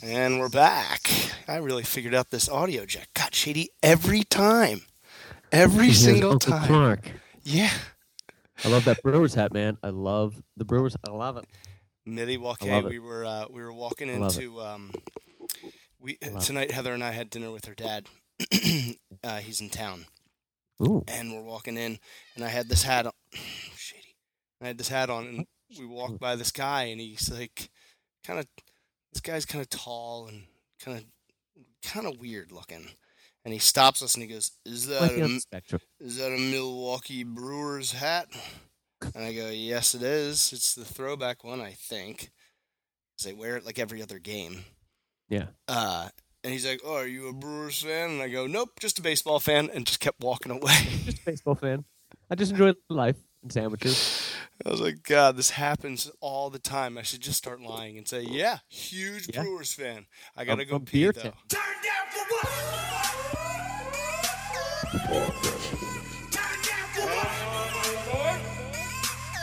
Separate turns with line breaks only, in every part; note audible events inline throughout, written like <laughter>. And we're back. I really figured out this audio jack. God, Shady, every time. Every
Here's
single
Uncle
time.
Clark.
Yeah.
I love that Brewers hat, man. I love the Brewers. I love it.
Middy walk
love it.
we were uh, we were walking
I love it.
into um we
love it.
tonight Heather and I had dinner with her dad. <clears throat> uh, he's in town.
Ooh,
and we're walking in, and I had this hat on. <sighs> Shady. I had this hat on, and we walked by this guy, and he's like, kind of, this guy's kind of tall and kind of, kind of weird looking. And he stops us, and he goes, "Is that
like the
a,
other
M-
spectrum.
is that a Milwaukee Brewers hat?" And I go, "Yes, it is. It's the throwback one, I think." 'Cause They wear it like every other game.
Yeah.
Uh, and he's like, "Oh, are you a Brewers fan?" And I go, "Nope, just a baseball fan," and just kept walking away. <laughs>
Just a baseball fan. I just enjoy life and sandwiches.
I was like, God, this happens all the time. I should just start lying and say, Yeah, huge
Yeah.
Brewers fan. I gotta
I'm
go
a
pee
beer
though.
tent.
Turn down for what? Turn down for what?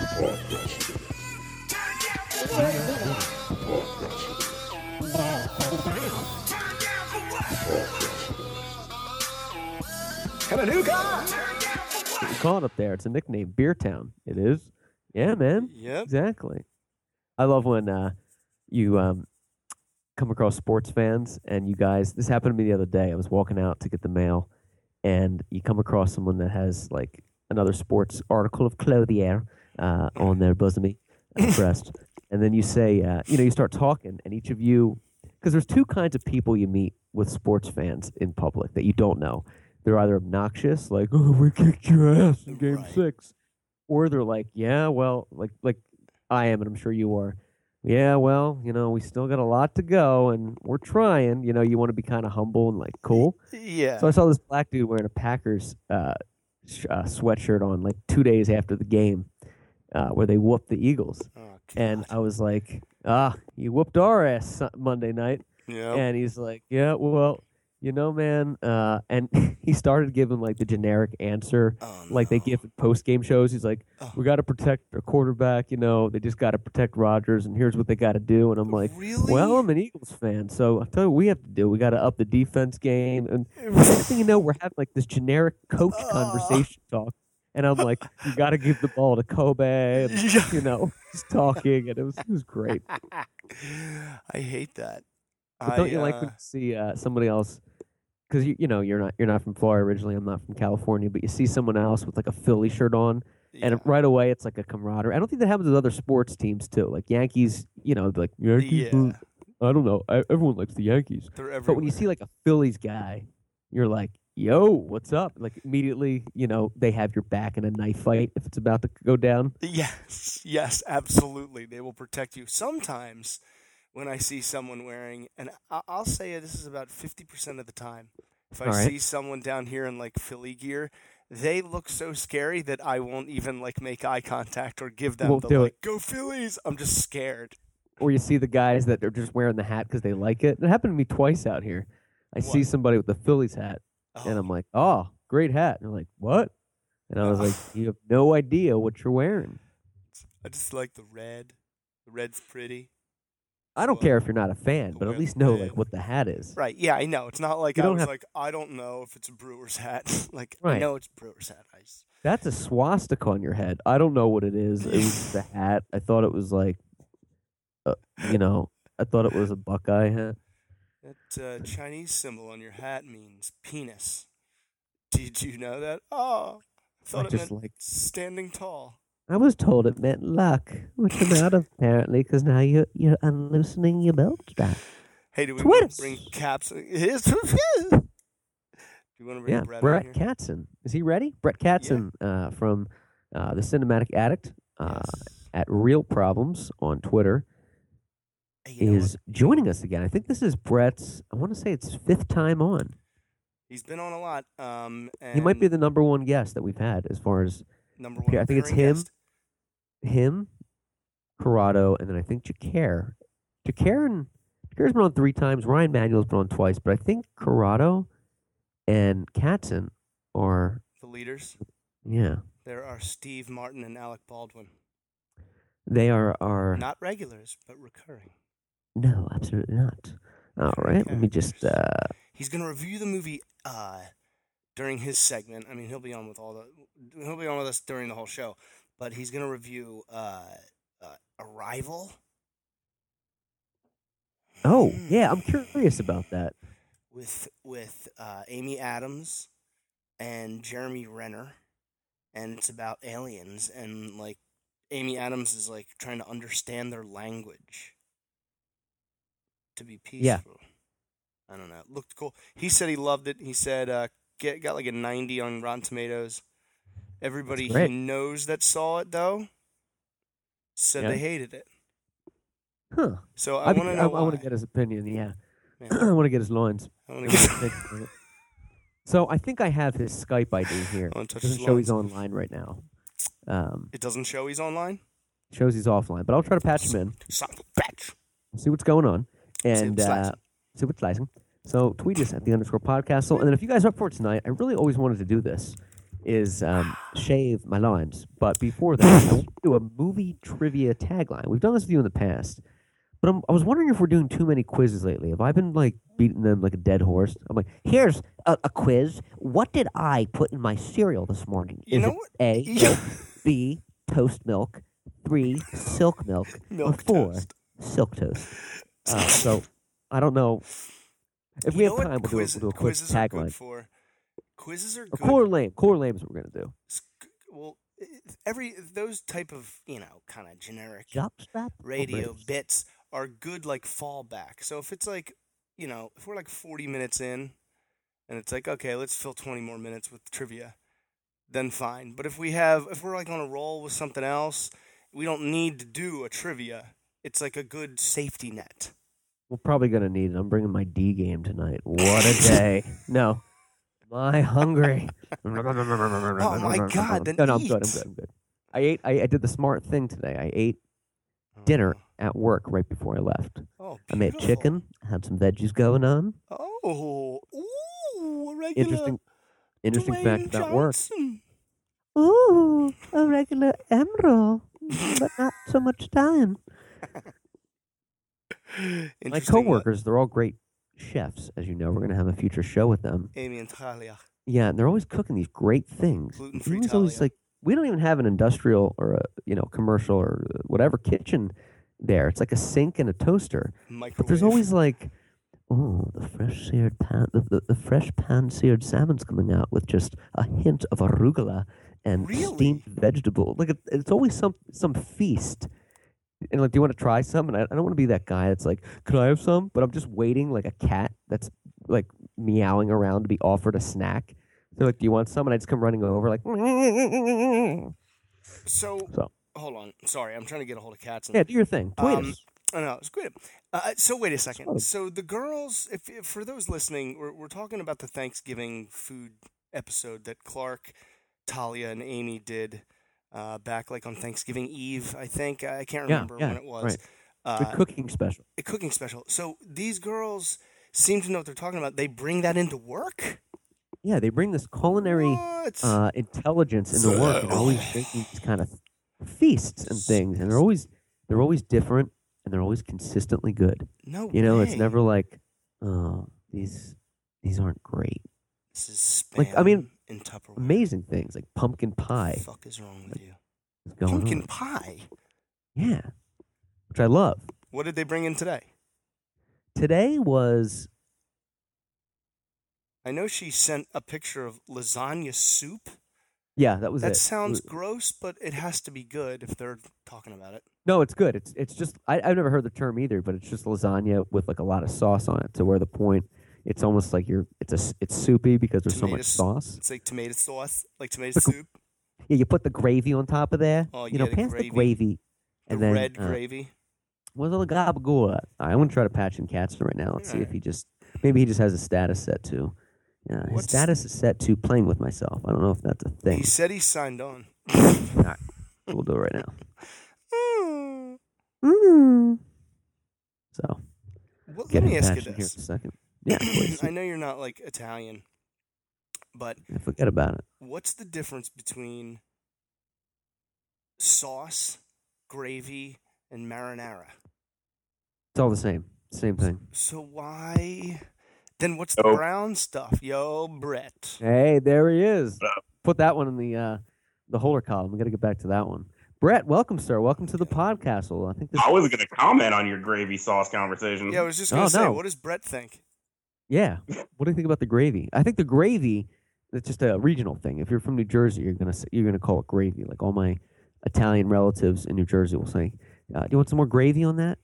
Turn down for what? Turn down for what? Turn down for what?
You call it up there. It's a nickname, Beer Town. It is. Yeah, man. <laughs>
Yep.
Exactly. I love when uh, you um, come across sports fans and you guys. This happened to me the other day. I was walking out to get the mail, and you come across someone that has like another sports article of clothier uh, on their bosomy uh, breast, and then you say, uh, you know, you start talking, and each of you, because there's two kinds of people you meet with sports fans in public that you don't know. They're either obnoxious, like, "Oh, we kicked your ass in Game
Right.
Six, or they're like, "Yeah, well, like, like I am, and I'm sure you are. Yeah, well, you know, we still got a lot to go, and we're trying. You know, you want to be kind of humble and like cool.
Yeah.
So I saw this black dude wearing a Packers uh, sh- uh, sweatshirt on like two days after the game, uh, where they whooped the Eagles,
Oh,
and I was like, "Ah, you whooped our ass Sun- Monday night."
yeah.
And he's like, "Yeah, well, you know, man," uh, and <laughs> he started giving like the generic answer
oh,
like they
no.
give post game shows. He's like,
Oh.
we got to protect our quarterback. You know, they just got to protect Rodgers, and here's what they got to do. And I'm like,
Really?
well, I'm an Eagles fan, so I tell you what we have to do. We got to up the defense game, and next thing you know, we're having like this generic coach
Oh.
conversation talk. And I'm like, you got to give the ball to Kobe. And,
<laughs> Yeah.
you know, <laughs> he's talking, and it was it was great. But
I hate that.
don't
I,
you like when
uh,
you see uh, somebody else? Because you you know you're not you're not from Florida originally. I'm not from California, but you see someone else with like a Philly shirt on.
yeah.
and right away it's like a camaraderie. I don't think that happens with other sports teams too. Like Yankees, you know, like Yankees.
Yeah.
I don't know. I, everyone likes the Yankees,
They're
but when you see like a Phillies guy, you're like, "Yo, what's up?" Like immediately, you know, they have your back in a knife fight if it's about to go down.
Yes, yes, absolutely. They will protect you. Sometimes when I see someone wearing, and I- I'll say this is about 50% of the time, if I
All right.
see someone down here in like Philly gear, they look so scary that I won't even like make eye contact or give them
Won't
the
do
like, go Phillies. I'm just scared.
Or you see the guys that are just wearing the hat because they like it. It happened to me twice out here. I see
What?
somebody with a Phillies hat,
Oh,
and I'm like, "Oh, great hat!" And they're like, "What?" And I was like,
<sighs>
"You have no idea what you're wearing."
I just like the red. The red's pretty.
I don't
Well,
care if you're not a fan, but
well,
at least know
yeah.
like what the hat is.
Right. Yeah, I know. It's not like I
You don't
was
have-
like, <laughs> I don't know if it's a Brewer's hat. like, I
Right.
know it's a Brewer's hat. I just,
That's a swastika on your head. I don't know what it is. It was
<laughs>
just a hat. I thought it was like, uh, you know, I thought it was a Buckeye hat.
That uh, Chinese symbol on your hat means penis. Did you know that? Oh, I <laughs> thought
I
it
just
meant
like.
standing tall.
I was told it meant luck, which I'm out of apparently because now you're you're unloosening your belt strap.
Hey, do we wanna
Twist.
bring caps? It <laughs> is- do you want to bring
Yeah,
Brett on
Brett
here?
Katzen. Is he ready? Brett Katzen uh, from uh, the Cinematic Addict uh,
Yes.
at Real Problems on Twitter.
Hey, you know what?
is joining us again. I think this is Brett's. I want to say it's fifth time on.
He's been on a lot. Um, and
he might be the number one guest that we've had as far as
number one.
I think it's
recurring
him.
guest.
him, Corrado, and then I think Jacare. Jacare and Jacare's been on three times. Ryan Manuel's been on twice, but I think Corrado and Katzen are
The leaders.
yeah
There are Steve Martin and Alec Baldwin.
they are are
Not regulars, but recurring.
no absolutely not. All right, let me just. Uh,
He's gonna review the movie uh, during his segment. I mean, he'll be on with all the he'll be on with us during the whole show, but he's gonna review uh, uh, Arrival,
oh yeah, I'm curious about that.
with with uh, Amy Adams and Jeremy Renner, and it's about aliens and like Amy Adams is like trying to understand their language to be peaceful.
Yeah.
I don't know. It looked cool. He said he loved it. He said uh, get, got like a ninety on Rotten Tomatoes. Everybody he
great.
knows that saw it though said
Yeah.
they hated it.
Huh?
So I
I'd be-
want to know.
I want
why.
to get his opinion. Yeah, <clears throat>
Yeah.
I want to get his lines.
<coughs> I
<coughs>
want
I
to
wanna
get. <laughs>
take a minute. So I think I have his Skype ID here.
I wanna touch
Doesn't
his
show he's
lines.
online right now. Um,
It doesn't show he's online.
shows he's offline, but I'll try to patch him in.
Son of a bitch.
see what's going on
what's
and uh,
slicing.
see what's slicing. So tweet us at the underscore podcastle, and then if you guys are up for it tonight, I really always wanted to do this is
<sighs>
um, shave my lines. But before that, I want to do a movie trivia tagline. We've done this with you in the past, but I'm, I was wondering if we're doing too many quizzes lately. Have I been like beating them like a dead horse? I'm like, here's a, a quiz. What did I put in my cereal this morning?
You
Is
know
it
what?
A,
<laughs> Yeah.
oat, B, toast milk, three, silk milk,
Milk
or four,
toast.
silk toast.
<laughs>
Uh, so I don't know if
You
we have
know what
time. We'll do, a,
quiz-
we'll do a quick
quizzes are good
tagline.
for. Quizzes are
Or
good.
core lame, core lame is what we're gonna do.
s- c- Well, it- every those type of you know kind of generic
Jockstrap or
Oh, radio
ribs?
bits are good like fallback. So if it's like you know if we're like forty minutes in, and it's like okay, let's fill twenty more minutes with trivia, then fine. But if we have if we're like on a roll with something else, we don't need to do a trivia. It's like a good safety net.
We're probably gonna need it. I'm bringing my D game tonight. What
<laughs>
a day! no, my hungry. <laughs> oh
my God, then
No, no, I'm good. I'm
eat.
good. I'm good. I ate. I, I did the smart thing today. I ate dinner at work right before I left.
Oh,
I made
beautiful.
chicken. Had some veggies going on.
Oh, ooh, a regular.
Interesting. Interesting fact
Dwayne
about work.
Johnson.
Ooh, a regular emerald,
<laughs>
but not so much time. My
Interesting, uh,
coworkers, they're all great chefs, as you know. We're gonna have a future show with them.
Amy and uh, Talia.
Yeah, and they're always cooking these great things.
Gluten-free
It's always
Italia.
like we don't even have an industrial or a you know commercial or uh, whatever kitchen there. It's like a sink and a toaster,
Microwave.
but there's always like. Oh, the fresh seared pan, the, the, the fresh pan seared salmon's coming out with just a hint of arugula and
Really?
steamed vegetable. Like it, it's always some some feast. And like, do you want to try some? And I, I don't want to be that guy that's like, could I have some? But I'm just waiting like a cat that's like meowing around to be offered a snack. They're like, do you want some? And I just come running over like,
So,
So.
hold on. Sorry, I'm trying to get a hold of cats.
yeah, do your thing. Tweet
Um,
us.
I know, it's great. Uh, so wait a second.
Sure.
So the girls, if, if for those listening, we're, we're talking about the Thanksgiving food episode that Clark, Talia, and Amy did uh, back like on Thanksgiving Eve. I think I can't
Yeah,
remember
yeah,
when it was.
right.
Uh,
The cooking special.
a cooking special. So these girls seem to know what they're talking about. They bring that into work.
Yeah, they bring this culinary.
What?
uh, intelligence in the work and they're always making these kind of feasts and things and they're always they're always different and they're always consistently good
no,
you know it's
way.
never like oh these these aren't great
This is spam
like, I mean,
in Tupperware.
amazing things like pumpkin pie
fuck is wrong with you?
is going on.
Pumpkin pie.
yeah which i love
What did they bring in today?
today was
I know she sent a picture of lasagna soup.
yeah that was it.
That
It
sounds
was-
gross, but it has to be good if they're talking about it.
no it's good it's it's just I, i've never heard the term either but it's just lasagna with like a lot of sauce on it to where the point it's almost like you're it's a s- it's soupy because there's so much
Tomatoes.
sauce
It's like tomato sauce, like tomato
Look,
soup,
Yeah, you put the gravy on top of there.
Oh,
you know,
yeah, the
pass the
gravy.
gravy. And
the
then,
red
uh,
gravy.
Where's all the gabagool at? I'm gonna try to patch in Katzner right now. Let's see if
Alright.
he just maybe he just has a status set to. Yeah, his
What's-
status is set to playing with myself. I don't know if that's a thing.
He said he signed on. <laughs> Hmm.
We'll do it right now.
Mm.
Mm. So
Well, let
get
me
him
ask you
patched in here in a
this.
second.
<clears throat>
Yeah, please.
I know you're not like Italian, but
Yeah, forget about it.
what's the difference between sauce, gravy, and marinara?
It's all the same. Same thing.
So why? Then what's the
Yo.
brown stuff? Yo, Brett.
Hey, there he is. Put that one in the uh, the holder column. We got to get back to that one. Brett, welcome, sir. Welcome to the podcast. Well, I think this.
I was going to comment on your gravy sauce conversation.
Yeah, I was just gonna
Oh,
say,
no.
what does Brett think?
Yeah. What do you think about the gravy? I think the gravy. It's just a regional thing. If you're from New Jersey, you're gonna s- you're gonna call it gravy. Like all my Italian relatives in New Jersey will say, uh, "Do you want some more gravy on that?"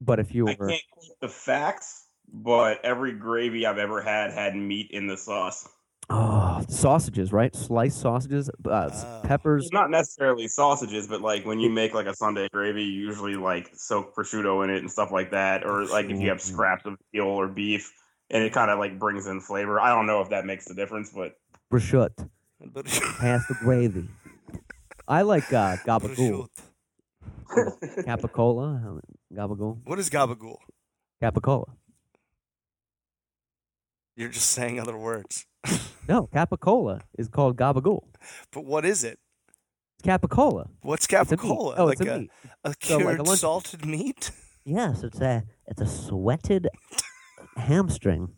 But if you
I
were
can't quote the facts, but every gravy I've ever had had meat in the sauce.
oh sausages, right? Sliced sausages, uh, s-
Ah.
Oh.
peppers.
It's not necessarily sausages, but like when you make like a Sunday gravy, you usually like soak prosciutto in it and stuff like that, or like if you have
Mhm.
scraps of veal or beef, and it kind of like brings in flavor. I don't know if that makes the difference, but <laughs>
Prosciutto,
But <laughs>
pasta gravy. I like
<laughs>
uh, gabagool.
Prosciutto.
Capicola, uh, Gabagool,
What is gabagool?
Capicola.
You're just saying other words.
No, Capicola is called Gabagool.
But what is it?
Capicola.
What's
It's a meat.
capicola?
Oh,
like
it's a,
a,
meat.
a
So, like a
cured
lunch-
salted meat? <laughs>
Yes, it's a it's a sweated hamstring.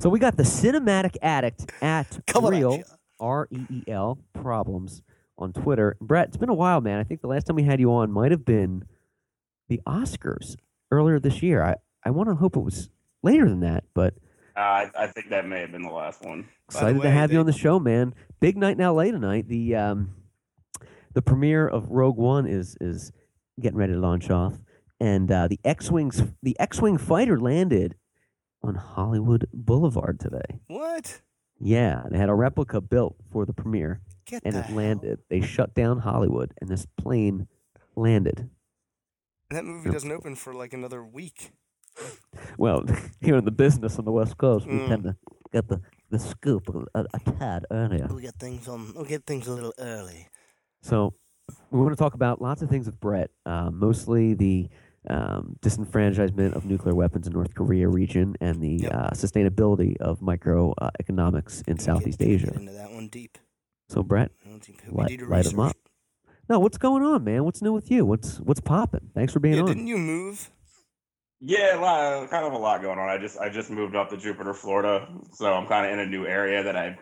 So we got the cinematic addict at
<laughs> Coming at
real
ya.
R E E L problems on Twitter. Brett, it's been a while, man. I think the last time we had you on might have been the Oscars earlier this year. I I want to hope it was later than that, but
uh, I, I think that may have been the last
By
one.
the
Excited
way,
to have
they-
you on the show, man. Big night in LA tonight. The um, the premiere of Rogue One is is getting ready to launch off, and uh, the X wings the X wing fighter landed on Hollywood Boulevard today.
What?
Yeah, they had a replica built for the premiere,
Get
and
the
it
hell-
landed. They shut down Hollywood, and this plane landed.
That movie doesn't open for like another week.
Well, <laughs> here in the business on the West Coast, we
Mm.
tend to get the the scoop a, a, a tad earlier.
We'll get things on. We'll get things a little early.
So we want to talk about lots of things with Brett, uh, mostly the um, disenfranchisement of nuclear weapons in North Korea region and the
Yep.
uh, sustainability of microeconomics uh, economics in
Gotta
Southeast
get,
Asia.
Get into that one deep.
So Brett,
I don't think
Light-
we need to
light 'em
research.
up. no, what's going on, man? What's new with you? What's what's popping? Thanks for being
Yeah,
on.
didn't you move?
Yeah, a lot, kind of a lot going on. I just I just moved up to Jupiter, Florida, so I'm kind of in a new area that I've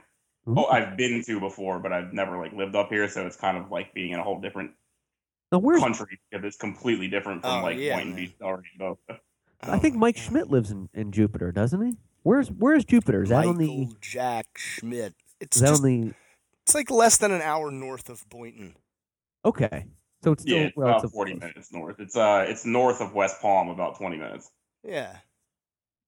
Ooh.
oh I've been to before, but I've never like lived up here, so it's kind of like being in a whole different
now where's
country because it's completely different from
Oh,
like
yeah,
Boynton
man.
Beach already. So,
I
Oh
think Mike Schmidt lives in, in Jupiter, doesn't he? Where's where's Jupiter? Is that
Michael
on the
Jack Schmidt. It's
is that
just,
on the
it's like less than an hour north of Boynton.
Okay. So it's still
yeah, it's about
relatively
40
close.
minutes north. It's uh it's north of West Palm, about 20 minutes.
Yeah. <laughs>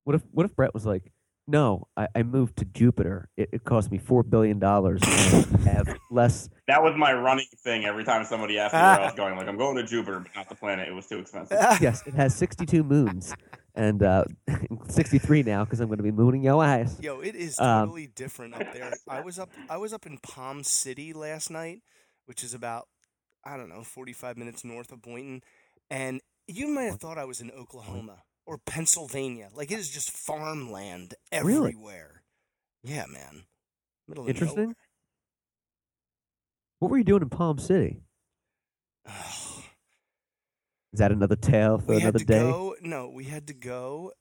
What if what if Brett was like, no, I, I moved to Jupiter. It, it cost me four billion dollars. and I have <laughs> less.
That was my running thing every time somebody asked me where
<laughs>
I was going. Like I'm going to Jupiter, but not the planet. It was too expensive.
Yes, it has sixty-two moons and uh, <laughs> sixty-three now because I'm going to be mooning your ass.
<laughs> Yo, it is
Um,
totally different up there. I was up I was up in Palm City last night, which is about I don't know, 45 minutes north of Boynton, and you might have thought I was in Oklahoma or Pennsylvania. Like it is just farmland
Really?
everywhere. Yeah, man. Middle of
Interesting.
nowhere. <sighs>
What were you doing in Palm City? Is that another tale for
we had
another
to
day?
go. No, we had to go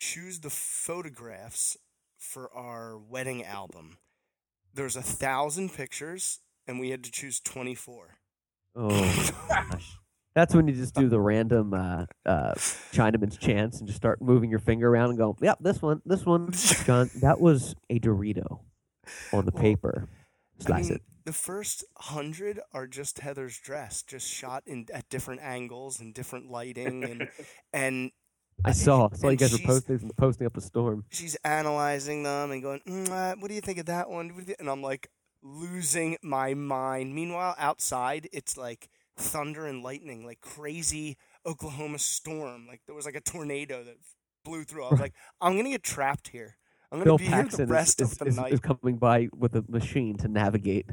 choose the photographs for our wedding album. There's a thousand pictures, and we had to choose 24.
Oh gosh, that's when you just do the random uh, uh, Chinaman's chants and just start moving your finger around and go, "Yep, this one, this one, John." That was a Dorito on the
Well,
paper. Slice it.
The first hundred are just Heather's dress, just shot in at different angles and different lighting,
<laughs>
and and
I saw. I saw you
and
guys were
she's-
posting, posting up a storm.
she's analyzing them and going, "Mm, uh, "What do you think of that one?" What do you-" And I'm like losing my mind. Meanwhile, outside it's like thunder and lightning, like crazy Oklahoma storm. Like there was like a tornado that blew through. I was like, "I'm gonna get trapped here. I'm gonna
Bill
be here
Paxton
the
is,
rest
is,
of the
is,
night."
is coming by with a machine to
<laughs>
navigate.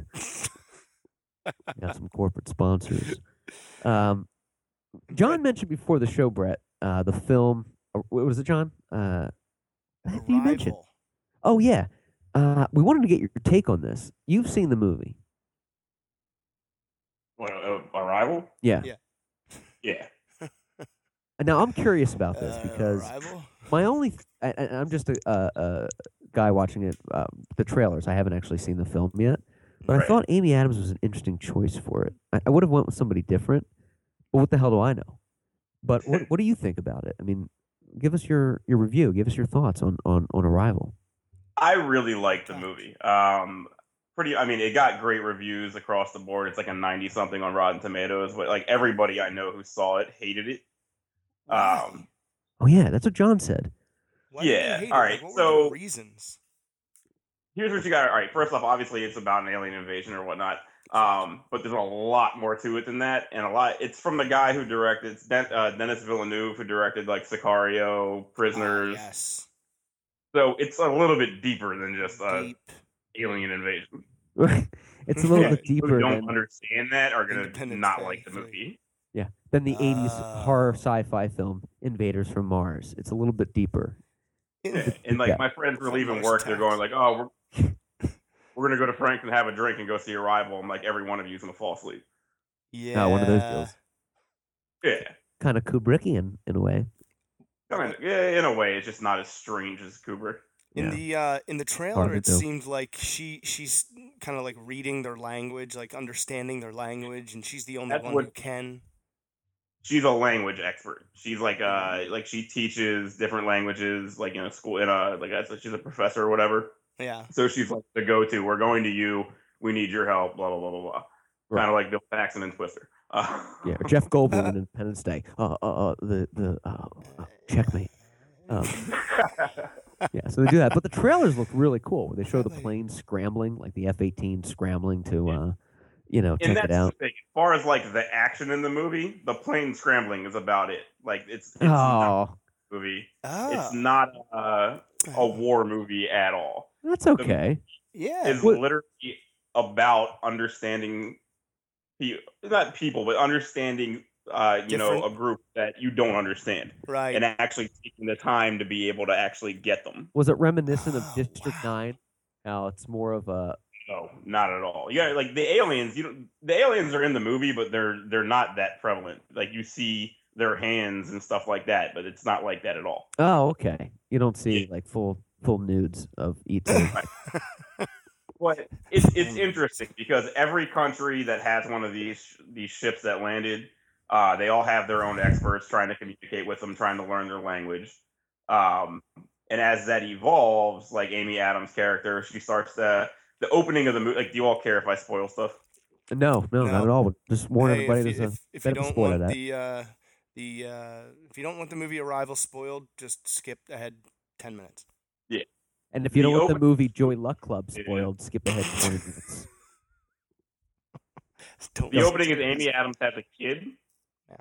We Got some corporate sponsors. Um, John mentioned before the show, Brett, uh, the film. uh, What was it, John? Uh, the heck did you mention?
Arrival.
Oh yeah, uh, we wanted to get your take on this. You've seen the movie,
What, uh, arrival?
yeah?
Yeah.
Yeah.
Now I'm curious about this
Uh,
because
Arrival?
my only th- I, I- I'm just a, a, a guy watching it uh, the trailers. I haven't actually seen the film yet, but I
Right.
thought Amy Adams was an interesting choice for it. I, I would have went with somebody different, but what the hell do I know? But what what do you think about it? I mean, give us your, your review. Give us your thoughts on on, on Arrival.
I really liked the movie. Um, pretty. I mean, it got great reviews across the board. It's like a ninety something on Rotten Tomatoes. But like everybody I know who saw it hated it. Um,
Oh yeah, that's what John said. <laughs>
Why did you
yeah,
hate it?
all
Like,
right,
What were
so-
the reasons? Ah,
here's what you got. All right, first off, obviously it's about an alien invasion or whatnot. Um, but there's a lot more to it than that, and a lot. It's from the guy who directed it's Den- uh, Dennis Villeneuve, who directed like Sicario,
Ah,
Prisoners.
yes.
So it's a little bit deeper than just uh,
Deep,
<laughs> alien invasion.
it's a little
Yeah,
<laughs>
bit
People
deeper
who don't
than,
understand that are gonna
Independence
not
Day
like the
three.
movie.
than the
Ah.
'80s horror
Oh.
sci-fi film Invaders from Mars. It's a little bit deeper.
Yeah, and like
Yeah.
my friends were
Full
leaving
nose
work, they're going like,
tax.
"Oh, we're <laughs> we're gonna go to Frank's and have a drink and go see Arrival." I'm like, every one of you's gonna fall asleep.
yeah.
one of those deals.
Yeah,
Kind of Kubrickian in a way.
kind of. Yeah, in a way, it's just not as strange as Kubrick.
In
Yeah.
the uh, in the
Hard
trailer,
to
it
tell.
seemed like she she's kind of like reading their language, like understanding their language, and she's the only
That's
one
what-
who can.
She's a language expert. She's like, uh, like she teaches different languages, like in a school, in a like that's- she's a professor or whatever.
Yeah,
So she's like the go-to. We're going to you. We need your help. Blah blah blah blah blah.
Right.
Kind of like Bill Paxton and Twister. Uh,
Yeah, or Jeff Goldblum
<laughs>
in Independence Day. Uh, uh, uh, the the uh, uh, checkmate. Um,
<laughs>
yeah, so they do that. But the trailers look really cool. They show the
Really?
planes scrambling, like the F-18 scrambling to,
Yeah.
uh, you know,
and
check
that's
it out.
the thing. As far as like the action in the movie, the plane scrambling is about it. Like <laughs> it's, it's not
Oh,
a movie.
Ah,
It's not uh, a war movie at all.
that's okay.
yeah.
It's
What-
literally about understanding, pe- not people, but understanding. Uh, you know, a
Different-
group that you don't understand,
right.
and actually taking the time to be able to actually get them.
Was it
<gasps>
reminiscent of
Oh,
District
wow.
Nine? Now it's more of a
No, not at all. Yeah, like the aliens. You know, the aliens are in the movie, but they're they're not that prevalent. Like you see their hands and stuff like that, but it's not like that at all.
oh, okay. You don't see like full full nudes of ET.
But it's it's interesting because every country that has one of these these ships that landed, uh, they all have their own experts trying to communicate with them, trying to learn their language. Um, and as that evolves, like Amy Adams' character, she starts to the opening of the movie. Like, do you all care if I spoil stuff?
no, no, not
No.
at all. But just warn
Hey,
everybody.
If you,
there's
if, if you
bit of a
don't
spoiler
want
that.
the uh, the uh, if you don't want the movie Arrival spoiled, just skip ahead ten minutes.
a, and if you
the
don't want the
open-
movie Joy Luck Club
Yeah.
spoiled, skip ahead twenty minutes.
Don't
The
listen
opening
to
is Amy Adams has a kid.
Yeah.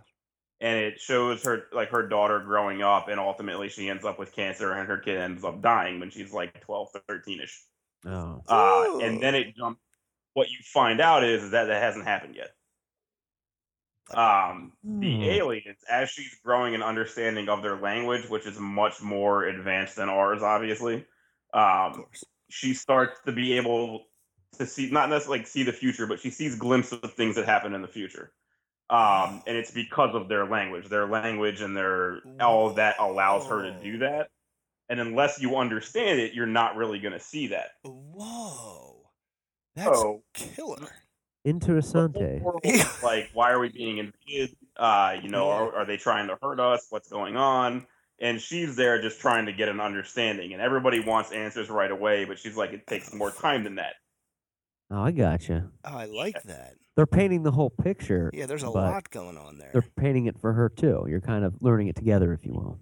And it shows her like her daughter growing up and ultimately she ends up with cancer and her kid ends up dying when she's like 12 13ish.
Oh,
Uh,
Ooh.
and then it jumps what you find out is that that hasn't happened yet. Um,
Hmm.
the aliens as she's growing an understanding of their language which is much more advanced than ours obviously.
Of
Um,
course.
she starts to be able to see not necessarily like see the future, but she sees glimpses of things that happen in the future. Um, and it's because of their language, their language, and their all of that allows her to do that. And unless you understand it, you're not really going to see that.
Whoa, that's
so
killer.
interessante.
world, like, why are we being invaded? Uh, you know, are, are they trying to hurt us? What's going on? And she's there just trying to get an understanding, and everybody wants answers right away, but she's like, it takes more time than that.
Oh, I gotcha.
<laughs> Oh, I like that.
They're painting the whole picture.
Yeah, there's a
but
lot going on there.
They're painting it for her too. You're kind of learning it together, if you will.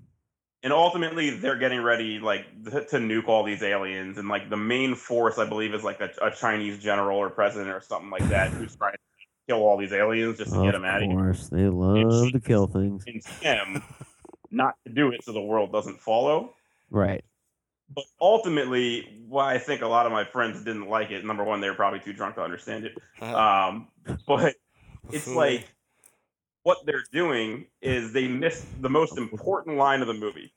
and ultimately they're getting ready like th- to nuke all these aliens and like the main force i believe is like a, a chinese general or president or something like that who's trying to kill all these aliens just to get
of
them out of here
course, they love to
she's-
kill things.
and him not to do it so the world doesn't follow
Right.
but ultimately why i think a lot of my friends didn't like it number one they were probably too drunk to understand it
Uh,
um, but it's
buffoon.
like what they're doing is they miss the most important line of the movie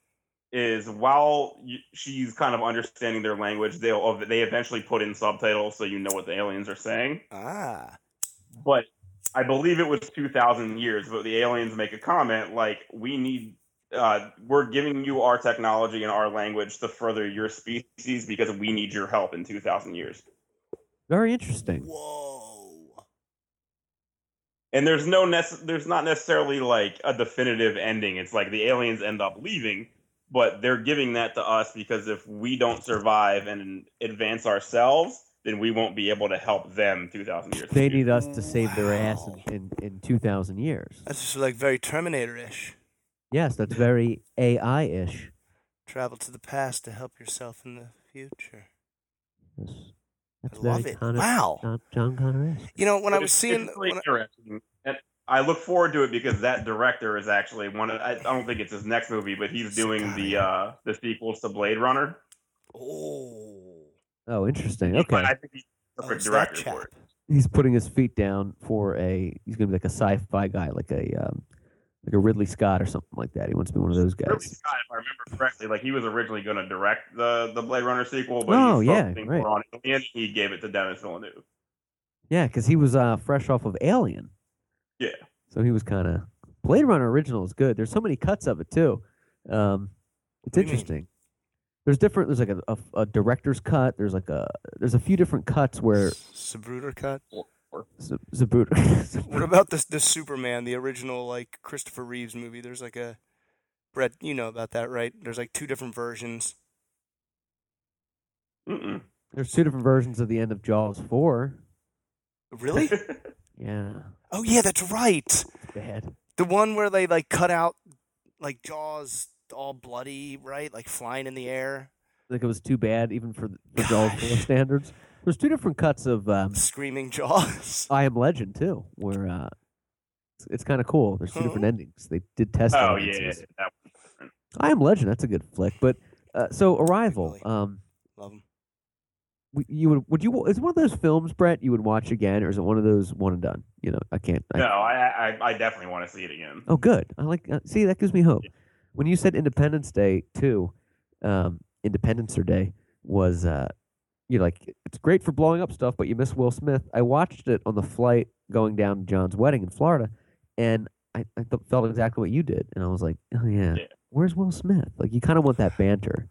is while you, she's kind of understanding their language they'll they eventually put in subtitles so you know what the aliens are saying
ah,
but I believe it was 2,000 years, but the aliens make a comment like, we need, uh, we're giving you our technology and our language to further your species because we need your help in 2,000 years.
Very interesting.
Whoa.
And there's no, nece- there's not necessarily like a definitive ending. It's like the aliens end up leaving, but they're giving that to us because if we don't survive and advance ourselves, then we won't be able to help them 2,000 years. in the
They
future.
need us to save their ass
Wow.
in, in, in 2,000 years.
That's just like very Terminator ish.
Yes, that's very AI ish.
Travel to the past to help yourself in the future.
That's, that's
I
very
love it.
Connor,
Wow.
John, John Connor
You know, when I
It's-
was seeing.
it's really
when I-
interesting. And I look forward to it because that director is actually one of. I, I don't think it's his next movie, but he's doing the uh, the sequels to Blade Runner.
oh.
Oh, interesting.
But
Okay.
I think he's the
Oh,
perfect
it's that
director
chap.
for it.
he's putting his feet down for a he's gonna be like a sci-fi guy like a um, like a ridley scott or something like that he wants to be one of those
Ridley
guys
Scott, if I remember correctly, like he was originally going to direct the the Blade Runner sequel, but
Oh,
he's
yeah,
focusing
right.
more on it, and he gave it to Dennis Villeneuve.
yeah because he was uh, fresh off of alien
Yeah.
so he was kind of blade runner original is good there's so many cuts of it too um, it's
What do you mean?
interesting there's different there's like a, a, a director's cut there's like a there's a few different cuts where
Sabruder
<laughs>
cut.
Z- <laughs> Zabruder,
What about this the Superman, the original like Christopher Reeves movie? There's like a Brett, you know about that, right? There's like two different versions.
<laughs>
Mm-mm.
there's two different versions of the end of jaws 4
<laughs>
Really?
yeah
oh yeah, that's right.
it's bad
The one where they like cut out like jaws all bloody, right? Like flying in the air,
like it was too bad even for, the- for Joel Fuller
Gosh.
standards. There's two different cuts of um,
screaming
<laughs>
jaws.
I Am Legend too, where uh, it's, it's kind of cool. There's two different
Huh?
endings. They did test.
Oh yeah, yeah,
audiences.
that was
I Am Legend. That's a good flick. But uh, so Arrival.
Really?
Um,
Love them.
w- you would would you is it one of those films, Brett? You would watch again, or is it one of those one and done? You know, I can't. I,
no. I I, I definitely want to see it again.
Oh, good. I like. Uh, see, that gives me hope.
Yeah.
When you said Independence Day too, um, Independence Day was uh, you're like it's great for blowing up stuff, but you miss Will Smith. I watched it on the flight going down to John's wedding in Florida, and I, I th- felt exactly what you did, and I was like, oh yeah,
Yeah.
where's Will Smith? Like you kind of want
<laughs>
that banter.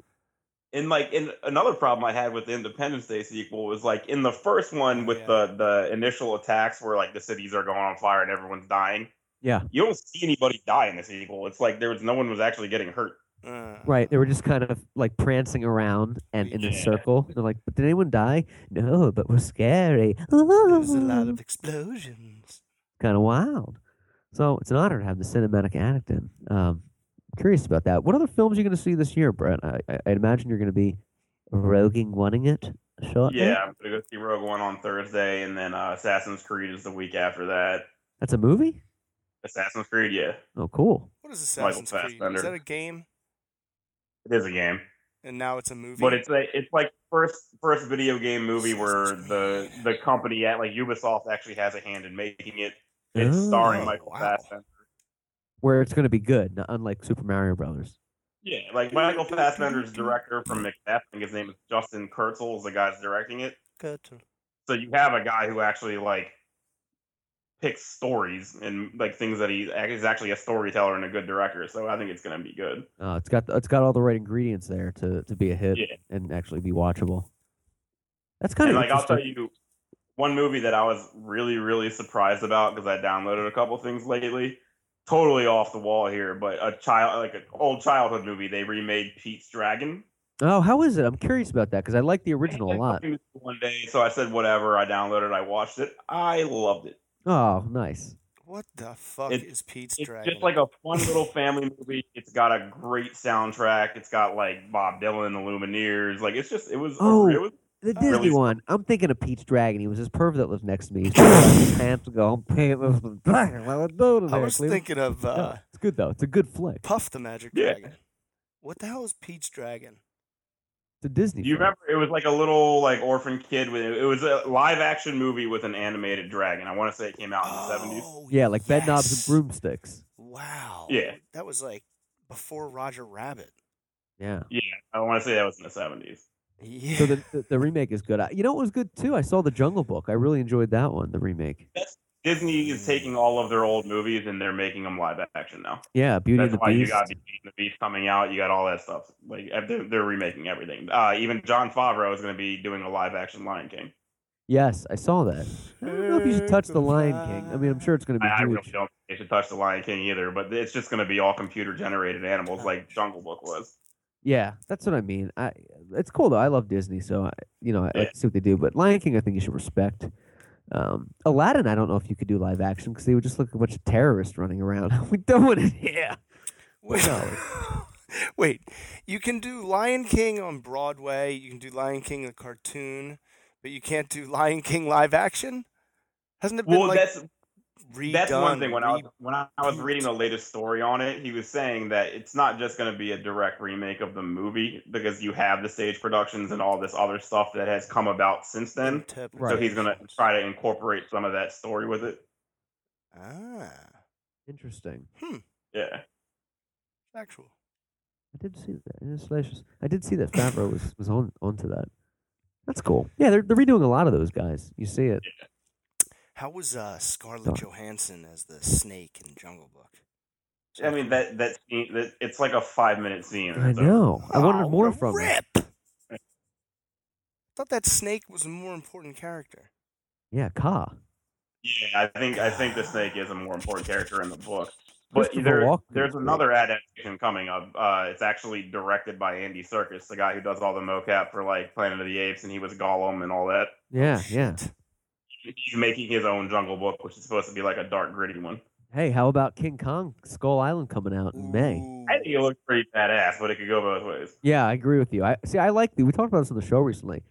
and like in another problem I had with the Independence Day sequel was like in the first one with
Yeah.
the the initial attacks where like the cities are going on fire and everyone's dying.
Yeah.
You don't see anybody die in the sequel. It's like there was no one was actually getting hurt.
Uh,
Right, they were just kind of like prancing around and in a
Yeah.
circle. They're like, "But did anyone die? No, but we're scary."
There's a lot of explosions.
kind of wild. So it's an honor to have the cinematic addict in. Um, curious about that. What other films are you going to see this year, Brett? I, I, I imagine you're going to be roguing wanting it shortly.
Yeah, I'm gonna go see Rogue One on Thursday, and then uh, Assassin's Creed is the week after that.
That's a movie?
Assassin's Creed, yeah,
Oh, cool.
What is
Michael
Assassin's Creed?
Fassbender.
Is that a game?
it is a game,
And now it's a movie.
but it's a, it's like first first video game movie where
Assassin's
the
Creed.
the company at like Ubisoft actually has a hand in making it. It's starring
Oh,
Michael
wow.
Fassbender.
Where it's going to be good, not unlike Super Mario Brothers.
Yeah, like Michael Fassbender's director from Macbeth. I think his name is Justin Kurtzel is the guy's directing it.
Go to-
So you have a guy who actually like picks stories and like things that he is actually a storyteller and a good director. So I think it's gonna be good.
Uh, it's got it's got all the right ingredients there to, to be a hit
Yeah.
and actually be watchable. That's kind
And
of
like I'll tell you, one movie that I was really really surprised about because I downloaded a couple things lately. Totally off the wall here, but a child like an old childhood movie. They remade Pete's Dragon.
Oh, how is it? I'm curious about that because I like the original
<laughs>
a
I
lot.
One day, so I said whatever. I downloaded, it, I watched it. I loved it.
Oh, nice.
what the fuck
It-
is Pete's
it's
Dragon?
just
<laughs>
like a fun little family movie. It's got a great soundtrack. It's got like Bob Dylan, the Lumineers. Like it's just it was.
Oh.
it was
The
Oh.
Disney
Release-
one. I'm thinking of Pete's Dragon. He was this pervert that lived next to
<laughs>
me. He's his pants go. I'm paying this with Dragon. What would do to
I
there,
was
Cleveland?"
thinking of
No,
uh,
it's good though. It's a good flick.
Puff the Magic
Yeah.
Dragon. What the hell is Pete's Dragon?
It's a Disney.
do you
film.
remember? It was like a little like orphan kid. With, it was a live action movie with an animated dragon. I want to say it came out in Ah, the seventies.
Yeah, like bed knobs
Oh,
and
yes.
broomsticks.
Wow.
Yeah.
That was like before Roger Rabbit.
Yeah.
Yeah, I want to say that was in the seventies.
Yeah.
So the, the the remake is good. I, you know what was good too? I saw the Jungle Book. I really enjoyed that one. The remake.
Disney
Mm.
is taking all of their old movies and they're making them live action now.
Yeah, Beauty
That's
and the
why you
Beast.
got Beauty and the Beast coming out. You got all that stuff. Like they're, they're remaking everything. Uh, even John Favreau is going to be doing a live action Lion King.
Yes, I saw that. I don't know if you should touch the Lion King. I mean, I'm sure it's going to be
I, I really
huge.
don't think they should touch the Lion King either, but it's just going to be all computer generated animals like Jungle Book was.
Yeah, that's what I mean. I it's cool though. I love Disney, so I, you know, I
Yeah.
I see what they do. But Lion King, I think you should respect. Um, Aladdin, I don't know if you could do live action because they would just look like a bunch of terrorists running around. <laughs> we don't want it here.
Wait,
<laughs> No.
wait, you can do Lion King on Broadway. You can do Lion King the cartoon, but you can't do Lion King live action. Hasn't it been
Well,
like
that's
redone?
that's one thing. When I was
re-
when I was reading the latest story on it, he was saying that it's not just going to be a direct remake of the movie because you have the stage productions and all this other stuff that has come about since then.
Tip-
Right.
So he's going to try to incorporate some of that story with it.
Ah,
Interesting.
Yeah,
actual.
I did see that. It is salacious. I did see that Favreau was was on onto that. That's cool. Yeah, they're they're redoing a lot of those guys. You see it.
How was uh, Scarlett
Done.
Johansson as the snake in Jungle Book?
I mean that that scene. That, it's like a five minute scene.
I
So-
know. I wanted
Oh,
more
what a
from. It.
Rip. I thought that snake was a more important character.
Yeah, Ka.
Yeah, I think I think the snake is a more important character in the book. But
Christopher
there,
Walken
there's
is great.
another adaptation coming up. Uh, it's actually directed by Andy Serkis, the guy who does all the mocap for like Planet of the Apes, and he was Gollum and all that.
Yeah, yeah.
He's making his own Jungle Book, which is supposed to be like a dark, gritty one.
Hey, how about King Kong Skull Island coming out in May?
Ooh.
I think it looks pretty badass, but it could go both ways.
Yeah, I agree with you. I see. I like the. We talked about this on the show recently.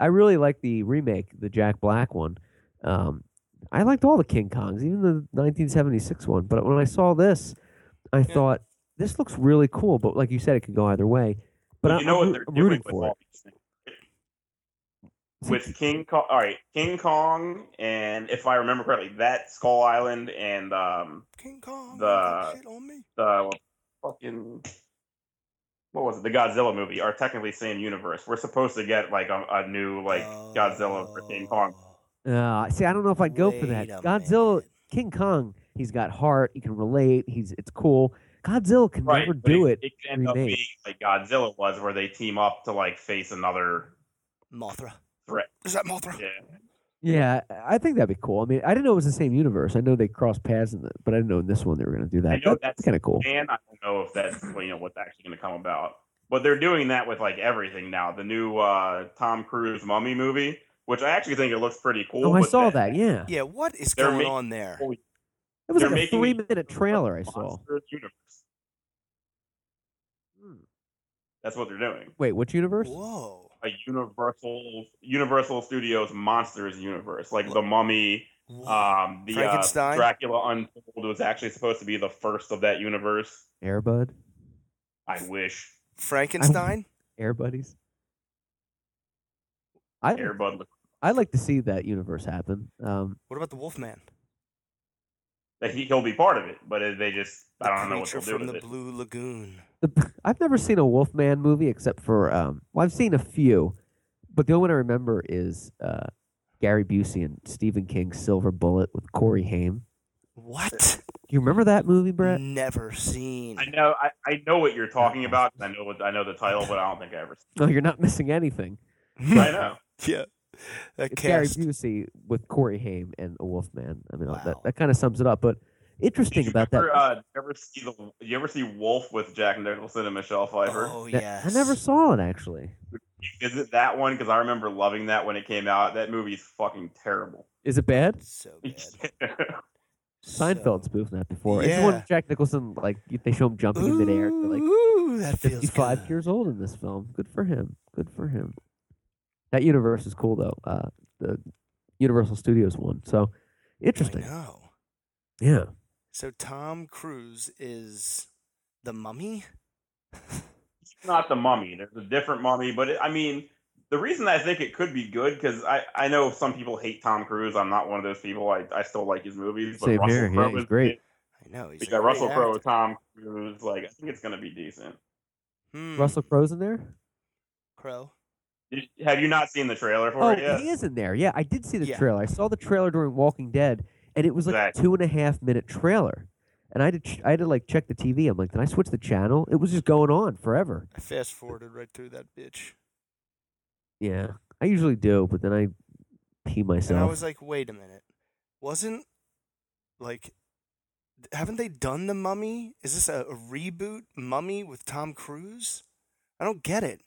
I really like the remake, the Jack Black one. Um, I liked all the King Kongs, even the 1976 one. But when I saw this, I thought this looks really cool. But like you said, it could go either way. But I,
you know
am
what they're
rooting
doing with
for it.
all these things. With King Kong, all right, King Kong, and if I remember correctly, that Skull Island and um,
King Kong.
The-
shit on me.
the uh, fucking what was it? The Godzilla movie are technically same universe. We're supposed to get like a, a new like Godzilla for King Kong.
Uh, see, I don't know if I'd go for that.
Oh. Wait a
Godzilla,
minute.
King Kong, he's got heart. He can relate. He's it's cool. Godzilla can never
but
do it.
It could end up
remade.
being like Godzilla was, where they team up to like face another.
Mothra.
Threat.
Is that Mothra?
Yeah,
Yeah, I think that'd be cool. I mean, I didn't know it was the same universe. I know they crossed paths, in the, but I didn't know in this one they were going to do that.
know
That- that's
that's-
kind of cool.
and I don't know if that's well, you know what's actually going to come about. But they're doing that with like everything now. The new uh, Tom Cruise Mummy movie, which I actually think it looks pretty cool.
Oh, I
but
saw
then
that. Yeah,
Yeah, what is
They're
going
making-
on there?
Oh,
it was
they're
like a
making it
three-minute trailer I saw.
Monsters Universe.
Hmm.
That's what they're doing.
Wait, which universe?
Whoa.
a Universal Universal Studios Monsters universe, like the Mummy, um, the uh,
Frankenstein?
Dracula Untold was actually supposed to be the first of that universe.
Airbud,
I wish
Frankenstein?
Air Buddies. I
Airbud
I like to see that universe happen. Um,
What about the Wolfman?
that he, he'll be part of it, but it- they just I don't know what
Creature
they'll do
from
with
the
it.
Blue Lagoon.
the, I've never seen a Wolfman movie except for um, well, I've seen a few, but the only one I remember is uh, Gary Busey and Stephen King's Silver Bullet with Corey Haim.
What?
Do you remember that movie, Brett?
Never seen.
I
<laughs>
know I, I know what you're talking
Oh.
about. 'cause I know what I know the title, but I don't think I
<laughs>
ever.
No, you're not missing anything.
I know.
yeah. That
It's
cast.
Gary Busey with Corey Haim and a Wolfman. I mean, that,
Wow.
that kind of sums it up. But interesting
Did you
about that.
ever, Uh, ever see the? You ever see Wolf with Jack Nicholson and Michelle Pfeiffer?
Oh,
that-
yes.
I never saw it actually.
Is it that one? Because I remember loving that when it came out. That movie's fucking terrible.
Is it bad?
So bad.
<laughs>
Seinfeld
So-
spoofed that before. It's the
Yeah.
one Jack Nicholson like you- they show him jumping in midair. They're like
Ooh, that feels
55
good.
years old in this film. Good for him. Good for him. That universe is cool though. Uh, the Universal Studios one. So interesting.
I know.
Yeah.
So Tom Cruise is the mummy?
it's not the mummy. There's a different mummy, but it, I mean, the reason I think it could be good because I, I know some people hate Tom Cruise. I'm not one of those people. I, I still like his movies. But
Same
Russell
here. Yeah,
Crowe
he's
is
great.
good.
I know. He's
We
a
got
great
Russell Crowe,
actor.
Tom Cruise. Like I think it's gonna be decent.
Hmm.
Russell Crowe's in there.
Crowe.
Did- Have you not seen the trailer for
Oh,
it yet?
he is in there. Yeah, I did see the
Yeah.
trailer. I saw the trailer during Walking Dead, and it was like
Exactly.
a two and a half minute trailer. And I had to, ch- I had to like check the TV. I'm like, did I switch the channel? It was just going on forever.
I fast forwarded right through that bitch.
Yeah, I usually do, but then I pee myself.
And I was like, wait a minute. Wasn't like haven't they done the mummy? Is this a, a reboot mummy with Tom Cruise? I don't get it.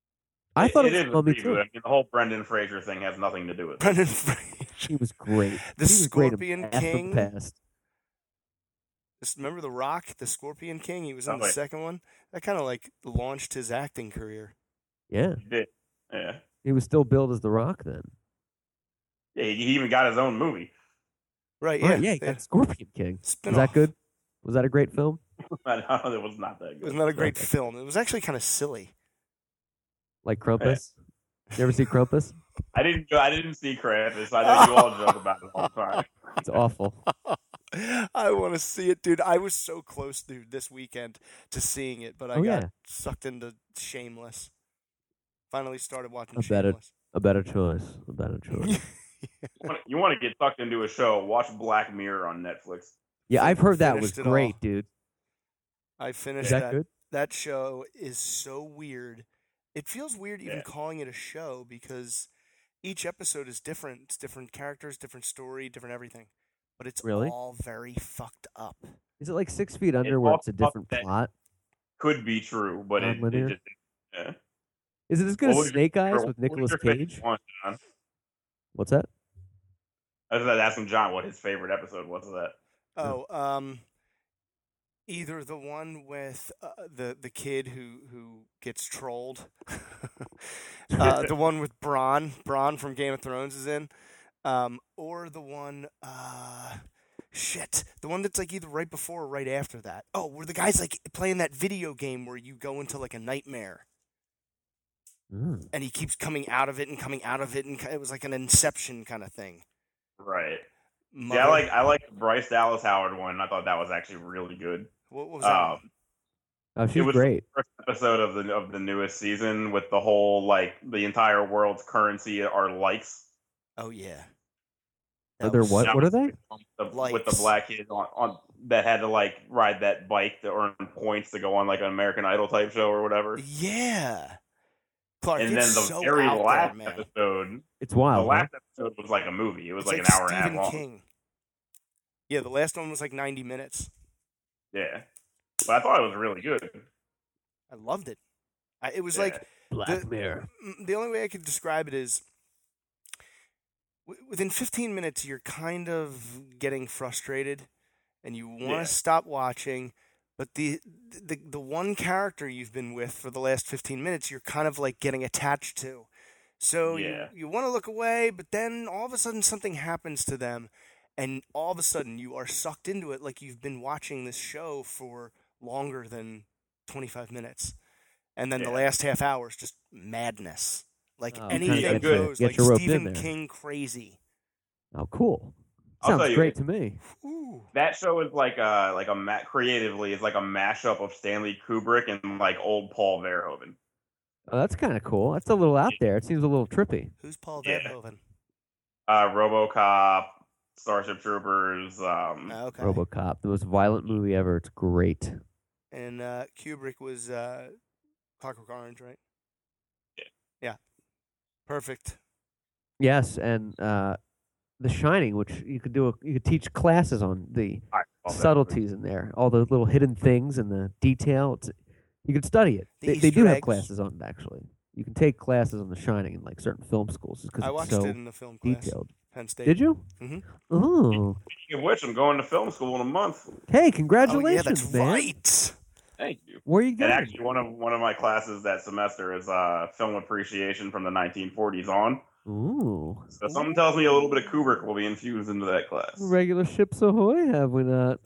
<laughs>
I thought it,
it
was
is
Mummy
a
too.
reboot. I mean, the whole Brendan Fraser thing has nothing to do with it.
Brendan Fraser.
He was great.
The
he was great in
Scorpion
Bath of
King.
Past.
Just Remember The Rock, the Scorpion King? He was on
Oh,
the
wait.
second one. That kind of like launched his acting career.
Yeah,
He did. Yeah.
he was still billed as The Rock then.
yeah. He even got his own movie. <laughs>
Right,
Right,
yeah.
yeah, he got Scorpion King. Was
Spin-off.
that good? Was that a great film?
But <laughs> no, it was not that
It was
good.
not a great
Okay.
film. It was actually kind of silly.
Like Krampus? You ever see Krampus?
I didn't. go- I didn't see Krampus. I know you all joke about it all the time.
It's awful.
<laughs> I want to see it, dude. I was so close, dude, this weekend to seeing it, but I
Oh,
got
yeah.
sucked into Shameless. Finally started watching
I bet it-
Shameless.
A better choice. A better <laughs> choice.
You wanna- You want to get sucked into a show? Watch Black Mirror on Netflix.
Yeah, I've heard that was
Finished it all.
great, dude.
<laughs>
I finished
Is
that.
that good?
that show is so weird. It feels weird even
Yeah.
calling it a show because each episode is different. It's different characters, different story, different everything. But it's
Really?
all very fucked up.
Is it like Six Feet Under where it's a
also up
different
that-
plot?
Could be true, but it, it
Non-linear?
just, yeah.
Is it as good
What
as
was your
Snake Eyes
What was
with Nicolas
your favorite
Cage?
One, John?
What's that?
I was asking John what his favorite episode was of that.
Oh, um, either the one with uh, the the kid who who gets
<laughs>
trolled, uh, the one with Bronn, Bronn from Game of Thrones is in, um, or the one, uh, shit, the one that's like either right before or right after that. Oh, where the guy's like playing that video game where you go into like a nightmare
Mm.
and he keeps coming out of it and coming out of it, and ki- it was like an Inception kind of thing.
Right.
Mother,
Yeah, I like I like the Bryce Dallas Howard one. I thought that was actually really good.
what, what was that?
Um,
Oh, she's
was-
great.
first episode of the of the newest season with the whole like the entire world's currency are likes.
oh yeah,
Are
That
there
was
what?
That
What are
was
they?
The, with the
Likes.
black kid on, on that had to like ride that bike to earn points to go on like an American Idol type show or whatever.
Yeah. Clark,
and
it's
then the
so
very
out there,
last
man.
episode,
It's
the
wild. huh?
last episode was like a movie. It was
It's
like, an hour and a half
Stephen
long.
King. Yeah, the last one was like 90 minutes.
Yeah, but I thought it was really good.
I loved it. I, it was
Yeah.
like
Black
The-
Mirror.
m- Mm, the only way I could describe it is w- within 15 minutes you're kind of getting frustrated and you want to
Yeah.
stop watching but the, the the one character you've been with for the last 15 minutes you're kind of like getting attached to so
Yeah.
you, you want to look away but then all of a sudden something happens to them and all of a sudden you are sucked into it like you've been watching this show for longer than 25 minutes and then the
Yeah.
last half hour is just madness like
Oh,
anything
kinda get your-
goes
get
like
your rope in
stephen
there.
king crazy
Oh, cool.
I'll tell
Sounds
you-
great to me.
Ooh.
That show is like a like a ma- creatively is like a mashup of Stanley Kubrick and like old Paul Verhoeven.
Oh, that's kind of cool. That's a little out there. It seems a little trippy.
who's paul
Yeah.
verhoeven
Uh, RoboCop, Starship Troopers. Um,
Ah, okay
RoboCop, the most violent movie ever. It's great.
and uh, kubrick was uh, clockwork orange right
Yeah.
yeah perfect
Yes, and uh, The Shining, which you could do. A, you could teach classes on the
I love that movie.
subtleties in there, all the little hidden things and the detail. It's, you could study it.
The
they they
Easter
do have
eggs.
classes on it actually. You can take classes on The Shining in like certain film schools
i
because it's
watched
so
it in the film class
detailed.
penn state
Did you?
Mhm.
Oh,
Speaking of which, I'm going to film school in a month.
hey,
oh
congratulations,
yeah that's
man!
right
Thank you.
Where are you
And
going?
actually, one of one of my classes that semester is uh, film appreciation from the 1940s on.
Ooh,
So something tells me a little bit of Kubrick will be infused into that class.
regular ships ahoy! Have we
<laughs>
not?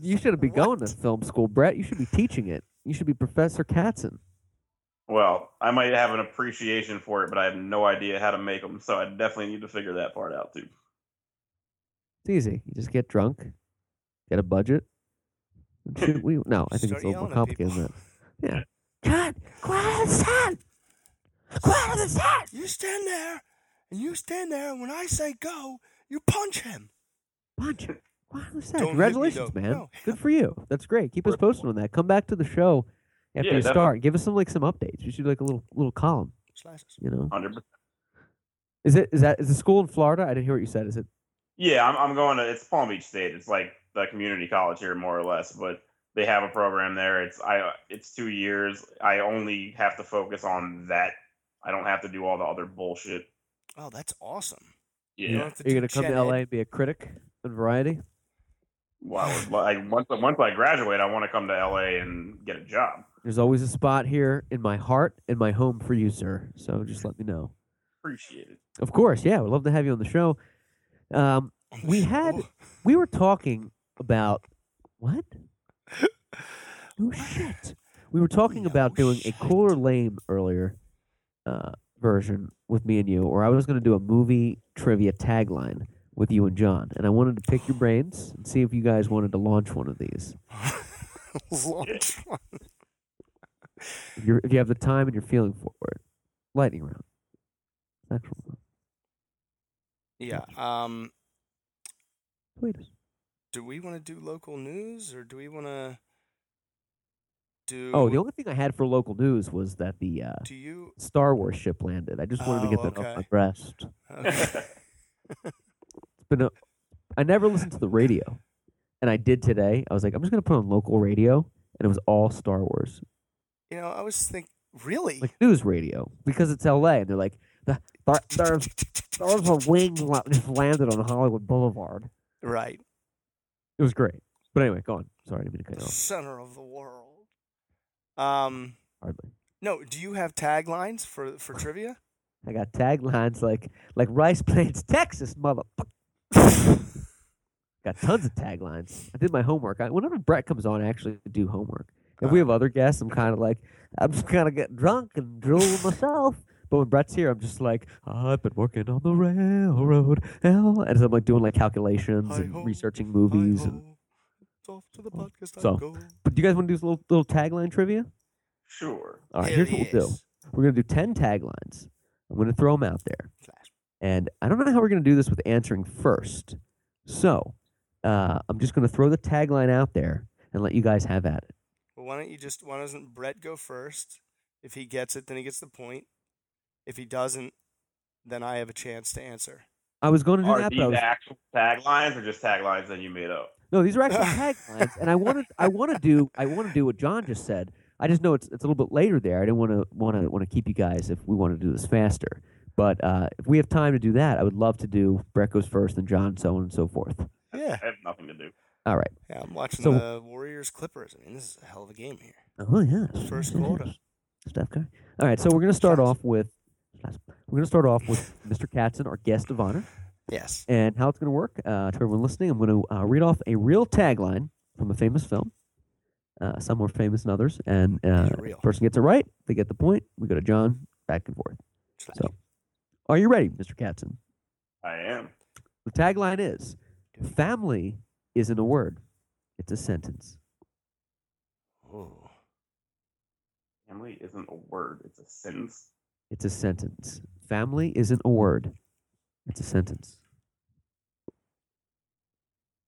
you shouldn't be going to film school, Brett. You should be teaching it. You should be Professor Katzen.
Well, I might have an appreciation for it, but I have no idea how to make them. So I definitely need to figure that part out too.
It's easy. You just get drunk, get a budget. <laughs> and shoot we no, I think
Start
it's a little
yelling
more
at
complicated
people.
than that.
<laughs>
Yeah. God, quiet as hell. Quiet as hell.
you stand there and you stand there and when i say go You punch him.
Punch. him. Wow, that's sad.
Don't hit me,
Congratulations,
though.
man.
No,
Good for you. That's great. Keep us
Rip
posted on that. Come back to the show after
Yeah,
you
definitely.
start. Give us some like some updates. You should do, like a little little column.
Slices.
You know,
Hundred percent.
is it is that is the school in Florida? I didn't hear what you said. Is it
Yeah, I'm, I'm going to. It's Palm Beach State. It's like the community college here, more or less. But they have a program there. It's I. It's two years. I only have to focus on that. I don't have to do all the other bullshit.
Oh, that's awesome. You don't
Yeah.
have to
you're gonna
teach
come
Chet
to LA
Ed.
and be a critic on Variety?
Well, I would, like once once I graduate, I want to come to LA and get a job.
There's always a spot here in my heart and my home for you, sir. So just let me know.
Appreciate it.
Of course, yeah, we'd love to have you on the show. Um,
on the
we had-
show.
we were talking about <laughs> what? Oh shit! We were talking
No
about doing
shit.
a cooler lame earlier uh, version with me and you, or I was going to do a movie trivia tagline with you and John, and I wanted to
<sighs>
pick your brains and see if you guys wanted to launch one of these.
Launch one.
If, you're, if you have the time and you're feeling for it, lightning round. Actual round. <laughs>
Yeah. Um.
Tweet us.
Do we want to do local news or do we want to do?
Oh, the only thing I had for local news was that the uh,
do
<laughs>
you?
Star Wars ship landed. I just wanted to
Oh,
get that off my
okay.
breast. It's
Okay.
been a, I never listened to the radio, and I did today. I was like, I'm just gonna put on local radio, and it was all Star Wars,
you know, I was think really.
like news radio, because it's L.A. and they're like the Star Star, Star Wars on wing la- just landed on Hollywood Boulevard.
right.
It was great, but anyway, go on. Sorry, I didn't mean to cut
The
you off.
center of the world. Um.
Hardly.
No. Do you have taglines for for trivia?
I got taglines like like Rice Plains, <laughs> Texas, motherfucker. Got tons of taglines. I did my homework. I, whenever Brett comes on, I actually do homework. If we
Uh.
have other guests, I'm kind of like, I'm just kind of getting drunk and drooling myself. But when Brett's here, I'm just like, I've been working on the railroad. hell," And so I'm like doing like calculations and
Hi-ho,
researching movies. And, Oh.
Hi-ho, it's off to the podcast I
So,
go.
but do you guys want to do this little, little tagline trivia?
sure.
All right,
There
here's what
he
we'll do
is.
we're going to do 10 taglines. I'm going to throw them out there. And I don't know how we're going to do this with answering first. So uh, I'm just going to throw the tagline out there and let you guys have at it.
Well, why don't you just why doesn't Brett go first? If he gets it, then he gets the point. If he doesn't, then I have a chance to answer.
I was going to do
Are
that,
these
but I was,
actual taglines or just taglines that you made up?
no, these are actual taglines, and I wanted, I want to do, I want to do what John just said. I just know it's, it's a little bit later there. I didn't want to want to want to keep you guys if we want to do this faster. But uh, if we have time to do that, I would love to do Brett goes first and John, so on and so forth.
Yeah.
I have nothing to do.
All right.
Yeah, I'm watching
So-
the Warriors Clippers. I mean, this is a hell of a game here.
Oh yeah.
First
Yes, it
quarter.
is. Steph Curry. All right, so we're gonna start
Shots.
off with we're gonna start off with <laughs> Mr. Katzen, our guest of honor,
Yes.
and how it's gonna work. Uh, to everyone listening, I'm gonna uh, read off a real tagline from a famous film. Uh, some more famous than others, and uh,
These are real.
person gets it right, they get the point. We go to John, back and forth.
Slash.
So- Are you ready, Mr. Katzen?
I am.
The tagline is: "Family isn't a word; it's a sentence."
Ooh.
Family isn't a word. It's a sentence.
It's a sentence. Family isn't a word; it's a sentence.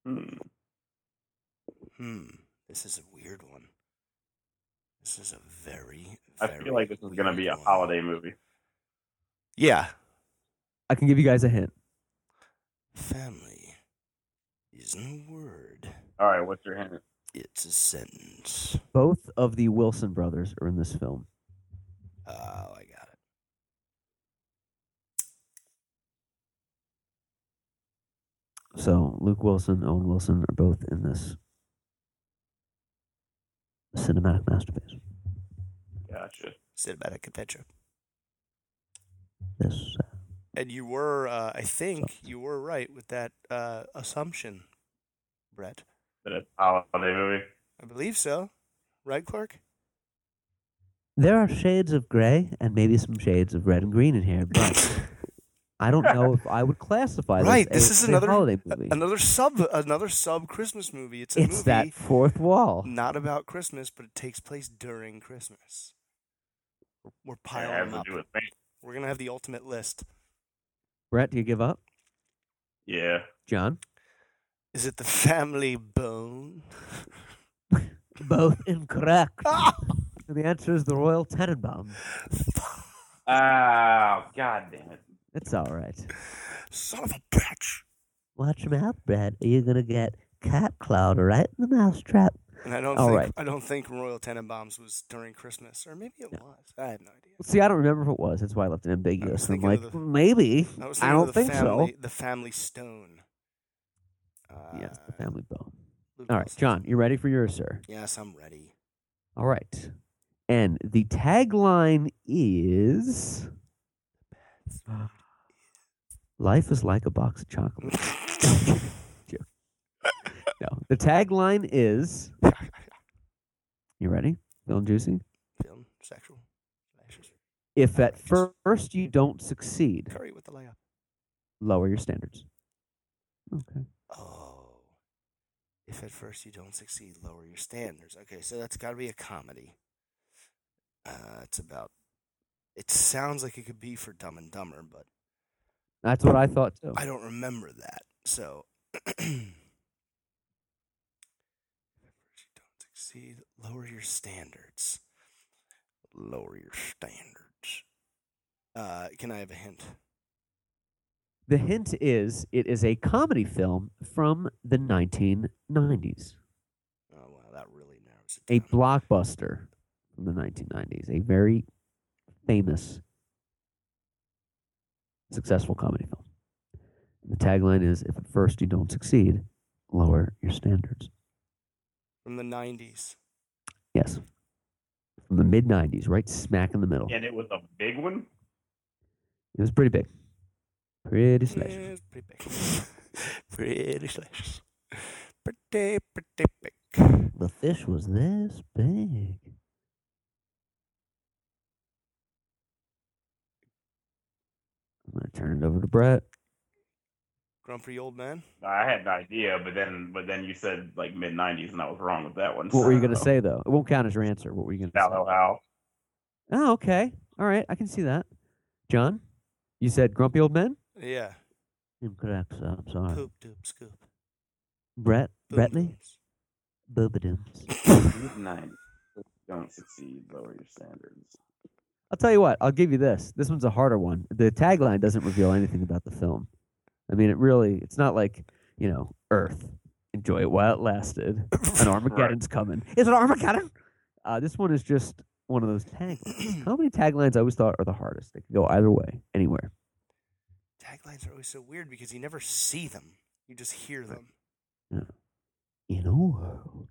Hmm.
Hmm. This is a weird one. This is a very,
I
very
feel like this is gonna be a
weird one.
holiday movie.
Yeah.
I can give you guys a hint.
Family isn't a word.
All right, what's your hint?
It's a sentence.
Both of the Wilson brothers are in this film.
Oh, I got it.
So Luke Wilson, Owen Wilson are both in this cinematic masterpiece.
Gotcha.
Cinematic adventure.
This uh,
And you were, uh, I think, you were right with that uh, assumption, Brett.
That it's a holiday movie.
I believe so. Right,
<laughs>
Clark?
there are shades of gray and maybe some shades of red and green in here, but I don't know if I would classify this
Right, this
as
is
a
another-
holiday movie.
Another sub, another sub Christmas movie. It's a
it's
movie Mm.
that fourth wall.
not about Christmas, but it takes place during Christmas. We're
It
piling them
has to
up.
do with family.
We're gonna have the ultimate list.
Brett, do you give up?
Yeah.
John?
Is it the family bone?
Both incorrect.
Ah!
the answer is the Royal Tenenbaum.
Oh, god damn it.
It's all right.
Son of a bitch.
Watch your mouth, Brad. Or you're gonna get cat cloud right in the mousetrap.
And I don't
All
think
right.
I don't think Royal Tenenbaums was during Christmas, or maybe it was. I have no idea.
See, I don't remember if it was. That's why I left it ambiguous. I'm
thinking
like, "Hmm,
of the-
maybe.
I was thinking
I
of
don't
the
think so.
family, The Family Stone. Uh,
yes, the family bone.
Luke
All right,
Wilson.
John, you ready for yours, sir?
Yes, I'm
<laughs>
ready. <laughs>
All right. And the tagline is Life is like a box of chocolate. <laughs> No. The tagline is You ready? Feeling juicy?
Film sexual. Lashes.
If at first you don't succeed,
Curry with the layup.
lower your standards. Okay.
Oh. If at first you don't succeed, lower your standards. Okay, so that's got to be a comedy. Uh, it's about. It sounds like it could be for Dumb and Dumber, but
That's what I thought too.
I don't remember that. So, <clears throat> if at first you don't succeed, lower your standards. Lower your standards. Uh, can I have a hint?
The hint is it is a comedy film from the 1990s,
Oh wow, that really narrows it
a
down.
blockbuster from the 1990s, a very famous, successful comedy film. The tagline is if at first you don't succeed, lower your standards.
from the '90s.
Yes. From the mid 90s, right smack in the middle.
And it was a big one?
It was pretty big. Pretty slashy.
Yeah, it's pretty big. <laughs> pretty slashes. Pretty pretty big.
The fish was this big. I'm gonna turn it over to Brett.
Grumpy old man.
I had an idea, but then but then you said like mid nineties and I was wrong with that one.
What were you gonna
So,
say though? It won't count as your answer. What were you
Now
gonna
know how.
say? Oh, okay. All right, I can see that. John, you said grumpy old men.
Yeah.
Incorrect. So I'm sorry.
Poop doop scoop.
Brett,
Boom,
Bretley,
booms.
Boobadooms. <laughs>
Mid nineties. Don't succeed, lower your standards.
I'll tell you what. I'll give you this. This one's a harder one. The tagline doesn't reveal anything about the film. I mean, it really. It's not like you know, Earth. Enjoy it while it lasted. An Armageddon's coming. Is it Armageddon? Uh, this one is just one of those taglines. How many taglines I always thought are the hardest? They could go either way, anywhere.
Taglines are always so weird because you never see them. You just hear them.
In a world,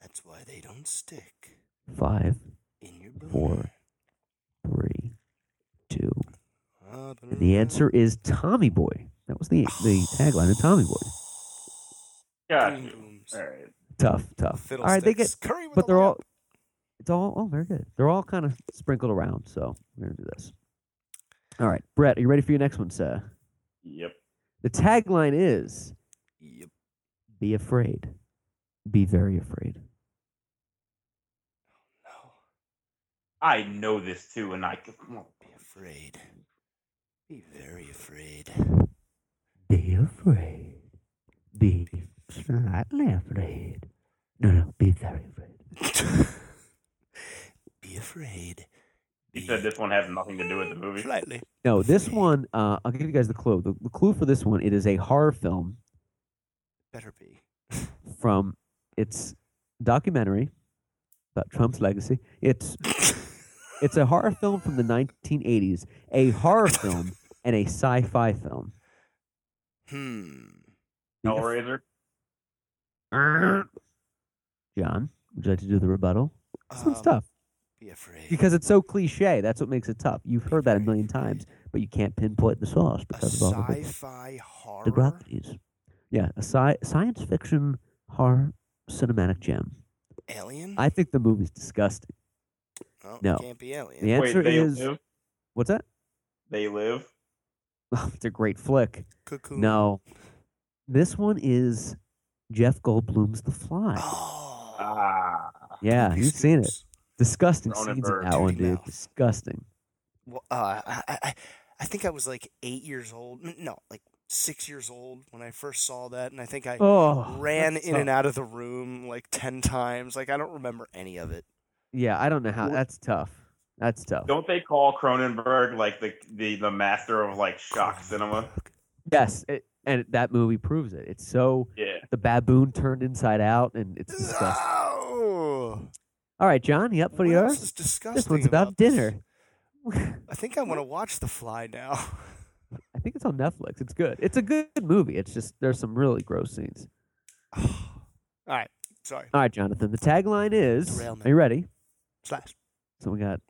That's why they don't stick
five,
in your book.
Four. three, two. And the answer is Tommy Boy. That was the the tagline of Tommy Boy.
Got you. Alright.
Tough, tough. All
Fiddlesticks.
right, they get
curry with
but
a
they're all
whip.
it's all oh very good they're all kind of sprinkled around so we're gonna do this all right brett are you ready for your next one sir
Yep.
the tagline is
Yep.
be afraid be very afraid
No.
I know this too, and I
Be afraid. Be very afraid.
be afraid be slightly afraid no no be very afraid
<laughs> Be afraid.
you
Be
said this one has nothing to do with the movie.
Slightly.
no this
Afraid.
one uh, i'll give you guys the clue the, the clue for this one it is a horror film
Better be.
from its documentary about trump's legacy it's It's a horror film from the 1980s, a horror film and a sci-fi film.
hmm.
Hellraiser.
John, would you like to do the rebuttal? This one's
Um,
tough
Be afraid.
because it's so cliche. That's what makes it tough. You've heard that a
very
million
afraid.
times, but you can't pinpoint the source
a
because of all the, big-
sci-fi horror.
the gravities. Yeah, a sci- science fiction horror cinematic gem.
Alien?
I think the movie's disgusting.
oh,
no.
Can't be alien.
The answer
Wait, they
is
live.
what's that? <laughs> Oh,
They live.
it's a great flick.
Cocoon.
No, this one is Jeff Goldblum's The Fly.
Oh.
Ah,
Yeah,
Poopy
you've seen it.
scoops.
Disgusting
Ronan
scenes in
Burke.
that one,
Dirty
dude.
mouth.
Disgusting.
Well, uh, I, I, I- I think I was like eight years old. N- No, like six years old when I first saw that, and I think I
Oh,
ran
that
in and
sucks.
out of the room like ten times. Like I don't remember any of it.
Yeah, I don't know how. That's tough. That's tough.
Don't they call Cronenberg like the the, the master of like shock cinema?
Yes, it, and that movie proves it. It's so
Yeah.
the baboon turned inside out, and it's disgusting.
No.
All right, John, you up for
What
the
else
earth?
is disgusting
This one's about,
this?
dinner. <laughs> I
I think I want to watch The Fly now. <laughs>
think it's on Netflix. It's good. It's a good movie. It's just there's some really gross scenes.
All right, sorry.
All right, Jonathan. The tagline is:
Derailment.
Are you ready?
Slash. <sighs>
So we got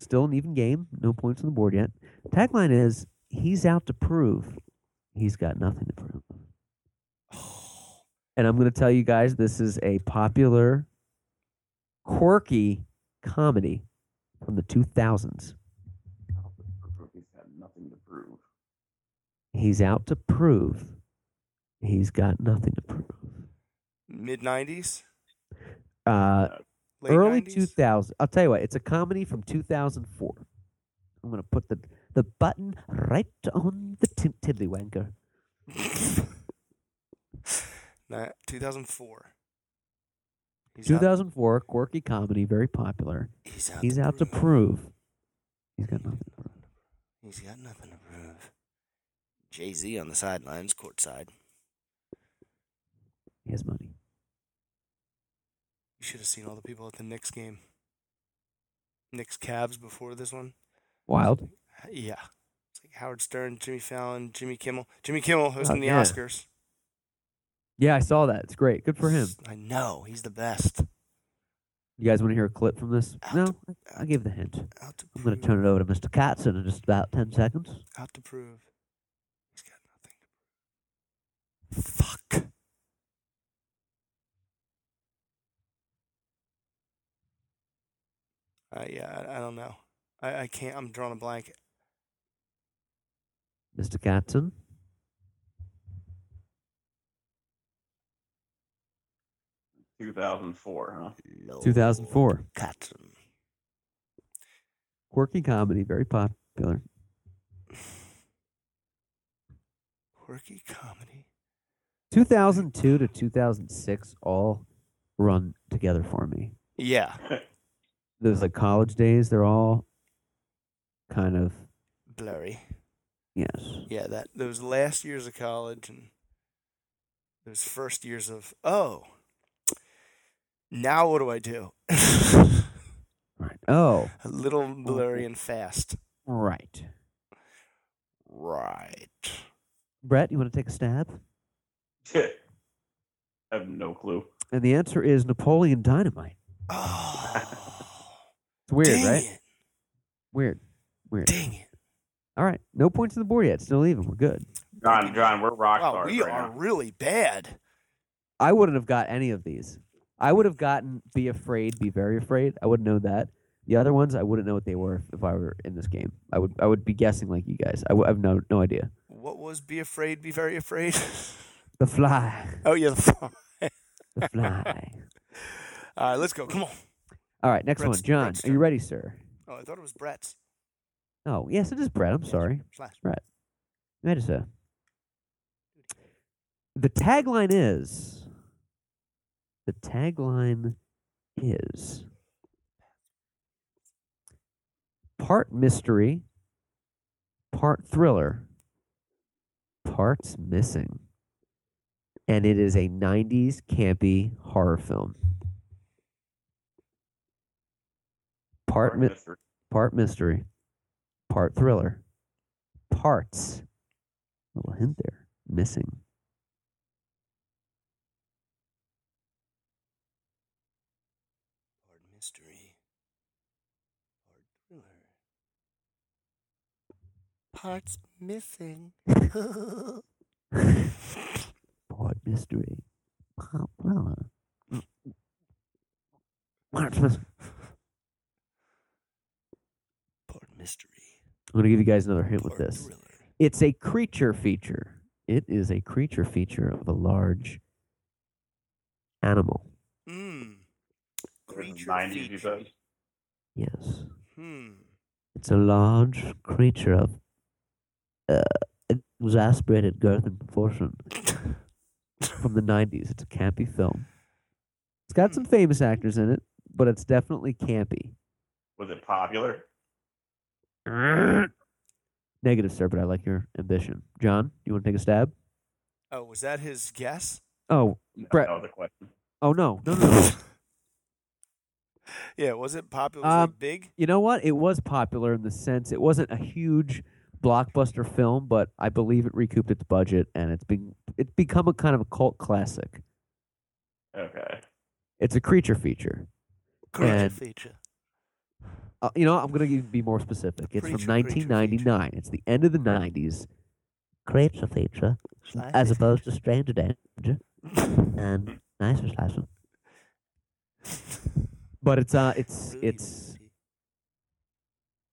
still an even game, no points on the board yet. Tagline is he's out to prove he's got nothing to prove. And I'm going to tell you guys this is a popular, quirky comedy from the 2000s.
He's got nothing to prove.
He's out to prove he's got nothing to prove.
Mid nineties,
Uh,
late
early
90s?
2000. I'll tell you what, it's a comedy from 2004. I'm going to put the, the button right on the t- tiddlywanker.
<laughs> Nah, 2004. He's out-
2004, quirky comedy, very popular.
he's out,
He's
to,
out to
prove.
prove. He's got nothing to prove.
He's got nothing to prove. Jay Z on the sidelines, courtside.
He has money.
You should have seen all the people at the Knicks game. Knicks Cavs before this one.
Wild.
Yeah. It's like Howard Stern, Jimmy Fallon, Jimmy Kimmel. Jimmy Kimmel hosting the
Oh, yeah.
Oscars.
Yeah, I saw that. It's great. Good for him.
I know. He's the best.
You guys want to hear a clip from this?
Out
No?
to-
I gave the hint.
Out to
I'm
prove.
going to turn it over to Mr. Katzen in just about 10 seconds.
Out to prove. He's got nothing. Fuck. Uh, yeah, I, I don't know. I, I can't. I'm drawing a blank.
Mr. Katzen.
Two thousand four, huh?
Oh.
2004.
Cotton.
Quirky comedy, very popular.
Quirky comedy.
2002 to 2006 all run together for me.
Yeah.
Those like college days, they're all kind of,
Blurry.
yes.
Yeah, that those last years of college and those first years of oh, now what do I do? <laughs>
Right. Oh,
A little blurry and fast.
right. <sighs>
Right.
Brett, you want to take a stab?
I have no clue.
And the answer is Napoleon Dynamite.
Oh,
It's weird,
dang
right?
it!
Weird. Weird.
Dang it!
All right. No points on the board yet. Still even. We're good.
John, John, we're rock
Wow,
stars
we
right
are
now.
really bad.
I wouldn't have got any of these. I would have gotten Be Afraid, Be Very Afraid. I would know that. The other ones, I wouldn't know what they were if I were in this game. I would I would be guessing like you guys. I would have no, no idea.
What was be afraid? Be very afraid. <laughs>
The Fly.
oh yeah, the phone.
<laughs> The Fly.
All right, let's go. Come on.
All right. Next
Brett's-
one. John,
Brett's
are you
turn.
ready, sir?
Oh, I thought it was Brett's.
Oh, yes, it is Brett. I'm sorry.
Slash.
That is a. The tagline is. The tagline is. Part mystery, part thriller, parts missing. And it is a 90s campy horror film. Part, mi-
Mr.
part mystery, part thriller, parts. Little hint there, missing. <laughs>
Hard mystery. Hard thriller. Parts missing. <laughs>
Part mystery, part thriller. Parts mis-
Part mystery.
I'm gonna give you guys another hint with
Part
this.
thriller.
It's a creature feature. It is a creature feature of a large animal.
Mm. Creature
90s, you
feature.
said?
Yes,
Hmm.
it's a large creature of uh, exasperated girth and proportion from the 90s. It's a campy film. It's got some famous actors in it, but it's definitely campy.
Was it
<laughs>
popular?
Negative, sir, but I like your ambition. John, you want to take a stab?
Oh, was that his guess?
Oh, Brett.
That was a question.
oh no, no, no, <laughs> no.
yeah, was it popular? Was
Um,
it big?
You know what? It was popular in the sense it wasn't a huge blockbuster film, but I believe it recouped its budget and it's been it's become a kind of a cult classic.
Okay.
It's a creature feature.
Creature
and-
feature.
Uh, you know, I'm going to be more specific. It's
Creature, creature
from 1999. It's the end of the 90s. Creature feature, as opposed to Stranger Danger, and nicer slicer. But it's uh, it's
Rudy,
it's
Rudy.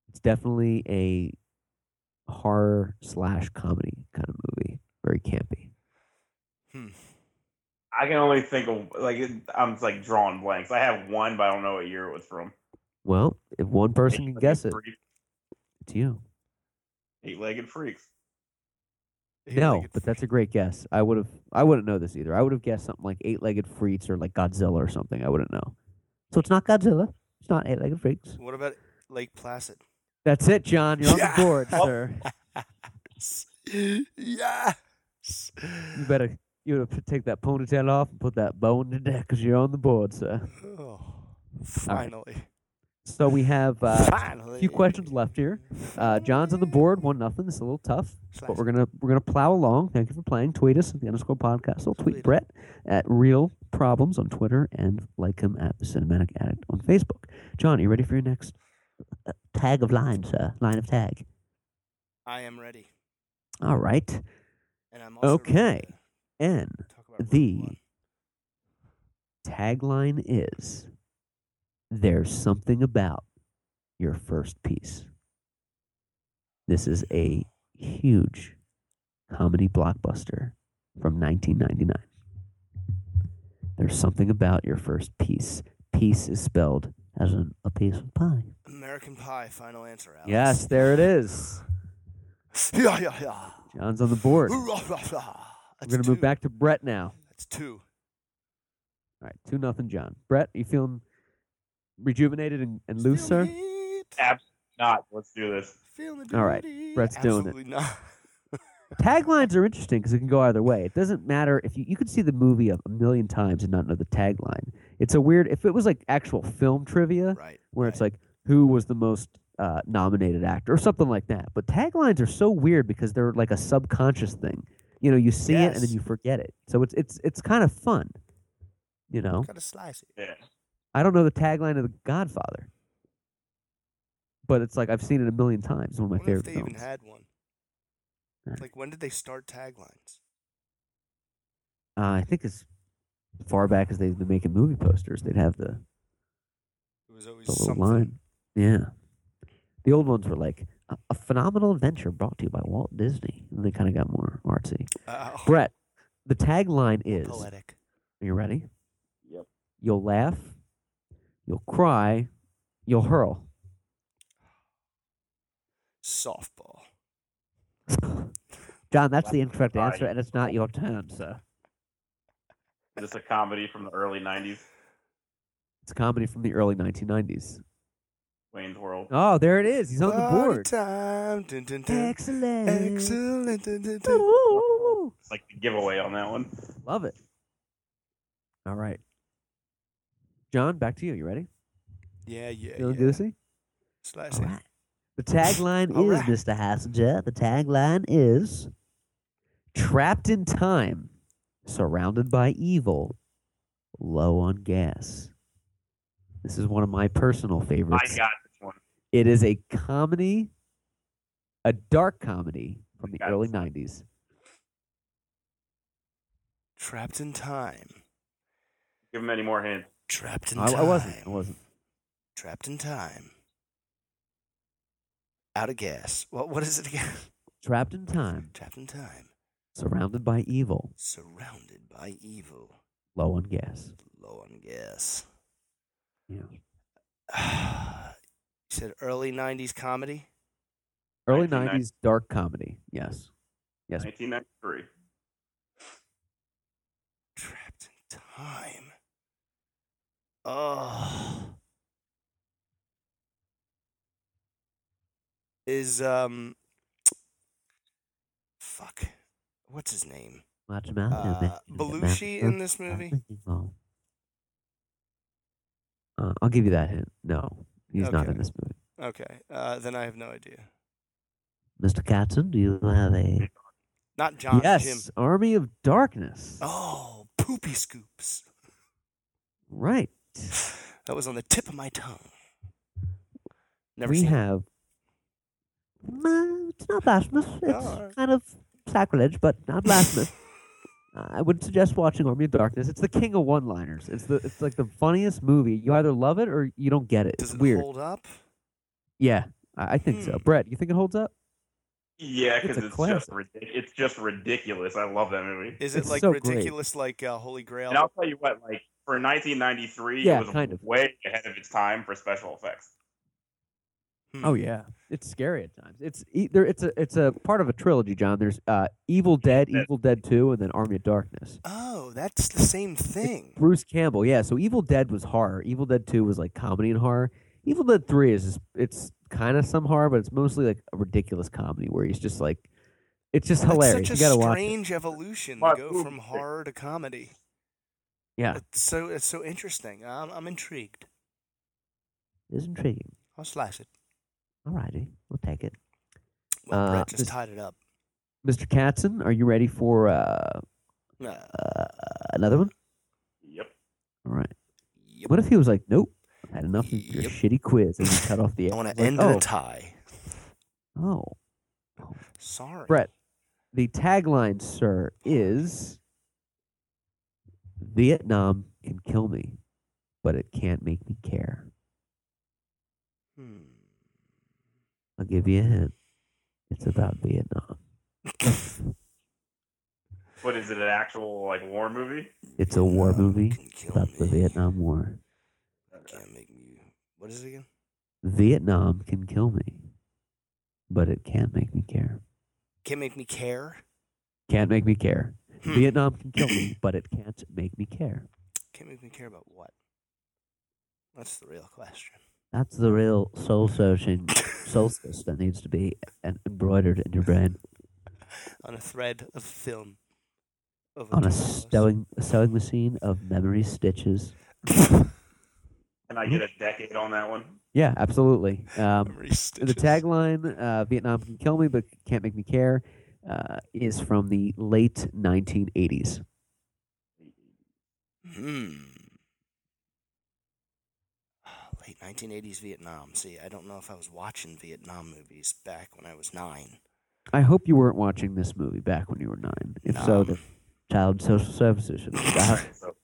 it's definitely a horror slash comedy kind of movie. Very campy.
Hmm.
I can only think of like it- I'm just, like drawing blanks. I have one, but I don't know what year it was from.
Well, if one person can
Eight-legged
guess it,
freak-
it's you.
Eight-legged freaks.
He
No,
like it
but that's a great guess. I would have. I wouldn't know this either. I would have guessed something like eight-legged freaks or like Godzilla or something. I wouldn't know. So it's not Godzilla. It's not eight-legged freaks.
What about Lake Placid?
That's it, John. You're on
Yeah.
the board,
Oh.
sir.
yes.
You better. You better take that ponytail off and put that bow in the deck because you're on the board, sir.
Oh, finally.
So we have uh,
finally.
a few questions left here. Uh, John's on the board, one nothing. It's a little tough, but we're gonna we're gonna plow along. Thank you for playing. Tweet us at the underscore podcast. We'll tweet
Tweet.
Brett at Real Problems on Twitter and like him at the Cinematic Addict on Facebook. John, you ready for your next uh, tag of line, sir? Line of tag.
I am ready.
All right.
And I'm also ready
Okay.
to
And
talk about Rogue
The-
One.
tagline is There's something about your first piece. This is a huge comedy blockbuster from 1999. There's something about your first piece. Piece is spelled as an, a piece of pie.
American Pie. Final answer. Alex.
Yes, there it is.
<laughs> Yeah, yeah, yeah.
John's on the board.
Ooh, rah, rah, rah.
We're
That's
going to
two.
move back to Brett now.
That's two.
All right, 2 nothing, John. Brett, you feeling rejuvenated and, and loose,
Feel
sir?
me,
Not. Let's do this.
feel me
All right,
beauty.
Brett's doing it.
Absolutely <laughs> not.
Taglines are interesting because it can go either way. It doesn't matter if you you could see the movie a a million times and not know the tagline. It's a weird. If it was like actual film trivia,
Right.
where it's like who was the most uh, nominated actor or something like that. But taglines are so weird because they're like a subconscious thing. You know, you see it and then
Yes.
you forget it. So it's it's it's kind of fun. You know,
Gotta slice it.
Yeah.
I don't know the tagline of The Godfather, but it's like I've seen it a million times. One of my
wonder if
favorite
they
films.
even had one.
Alright.
Like when did they start taglines?
Uh, I think as far back as they've been making movie posters, they'd have the,
It was always
the little
something.
line. Yeah. The old ones were like, a, a phenomenal adventure brought to you by Walt Disney. And they kind of got more artsy.
Uh,
Brett, the tagline is Are
poetic.
you ready?
Yep.
You'll laugh, you'll cry, you'll hurl.
Softball.
John, that's the incorrect
cry,
answer, and it's not your turn, sir.
Is this a comedy from the early '90s?
It's a comedy from the early 1990s.
Wayne's World.
Oh, there it is. He's on the
Party
board.
Time. Dun, dun, dun.
Excellent.
Excellent. Dun, dun, dun.
Excellent.
It's like the giveaway on that one.
Love it. All right. John, back to you. You ready?
Yeah, yeah.
Feeling
yeah.
goosey?
Slice
All
it.
right. The tagline
<laughs> All
is,
right.
Mr. Hassinger, the tagline is Trapped in time, surrounded by evil, low on gas. This is one of my personal
I
favorites.
got this one.
It is a comedy, a dark comedy from the
Got
early
it.
90s.
Trapped in time.
Give him any more hints.
Trapped in
I,
time.
I wasn't. I wasn't.
Trapped in time. Out of gas. What? What is it again? <laughs>
Trapped in time,
Trapped in time.
surrounded by evil,
Surrounded by evil.
low on gas.
Low on gas. <sighs>
Yeah.
you said early '90s comedy.
Early
1990s.
90s dark comedy. Yes. Yes.
1993.
Trapped in time. Oh. Is um fuck. What's his name?
Watch him out now,
Uh,
man.
Belushi in this movie?
Uh, I'll give you that hint. No, he's not
Okay.
in this movie.
Okay. Uh then I have no idea.
Mr. Katzen, do you have a
Not John
yes?
Jim.
Army of Darkness.
Oh, poopy scoops.
Right.
That was on the tip of my tongue. Never
we
seen it.
have. Mm, it's not blasphemous.
Oh,
It's
Alright.
kind of sacrilege, but not
<laughs>
blasphemous. I would suggest watching Army of Darkness. It's the king of one-liners. It's the it's like the funniest movie. You either love it or you don't get it.
Does
it's
it
weird.
hold up?
Yeah, I, I think so.
Hmm.
Brett, you think it holds up?
Yeah,
It's
because
a
it's, just ridic- it's just ridiculous. I love that movie.
Is it
It's
like
so great.
ridiculous like uh, Holy Grail?
And I'll tell you what, like for 1993,
Yeah,
it was
kind of.
way ahead of its time for special effects.
Hmm.
Oh yeah, it's scary at times. It's e- there. It's a it's a part of a trilogy, John. There's uh, Evil Dead,
That-
Evil Dead Two, and then Army of Darkness.
Oh, that's the same thing.
Bruce Campbell, yeah. So Evil Dead was horror. Evil Dead Two was like comedy and horror. Evil Dead Three is just, it's kind of some horror, but it's mostly like a ridiculous comedy where he's just like, it's just
That's
hilarious.
such
you
a
gotta watch. it.
strange evolution to
Mark,
go
who-
from horror to comedy.
Yeah,
It's so it's so interesting. I'm, I'm intrigued.
it's intriguing.
I'll slice it.
Alrighty, we'll take it.
Well,
Uh,
Brett just
this-
tied it up.
Mr. Katzen, are you ready for uh,
Uh,
uh, another one?
Yep.
All right.
yep.
What if he was like, "Nope, I've had enough of your
Yep.
shitty quiz," and you cut off the
<laughs>
air?
I want
Like,
to end in
oh,
a tie.
oh,
Sorry,
Brett. The tagline, sir, is Vietnam can kill me, but it can't make me care.
Hmm.
I'll give you a hint. It's about Vietnam.
What is it? An actual like war movie?
It's a war
Um,
movie
can kill
about the
me.
Vietnam War.
Can't make me. What is it again?
Vietnam can kill me, but it can't make me care.
Can't make me care.
Can't make me care.
Hmm.
Vietnam can kill me, but it can't make me care.
Can't make me care about what? That's the real question. <laughs>
That's the real soul searching solstice that needs to be en- embroidered in your brain.
On a thread of film. Of
on a
journalist.
sewing sewing machine of memory stitches.
Can I
Mm-hmm.
get a decade on that one?
Yeah, absolutely. Um,
Memory
the
stitches.
tagline uh, "Vietnam can kill me, but can't make me care" uh, is from the late 1980s.
Hmm. <sighs> Late 1980s Vietnam. See, I don't know if I was watching Vietnam movies back when I was nine.
I hope you weren't watching this movie back when you were nine. If so, the
Um,
Child Social Services
<laughs>
should. have-
So,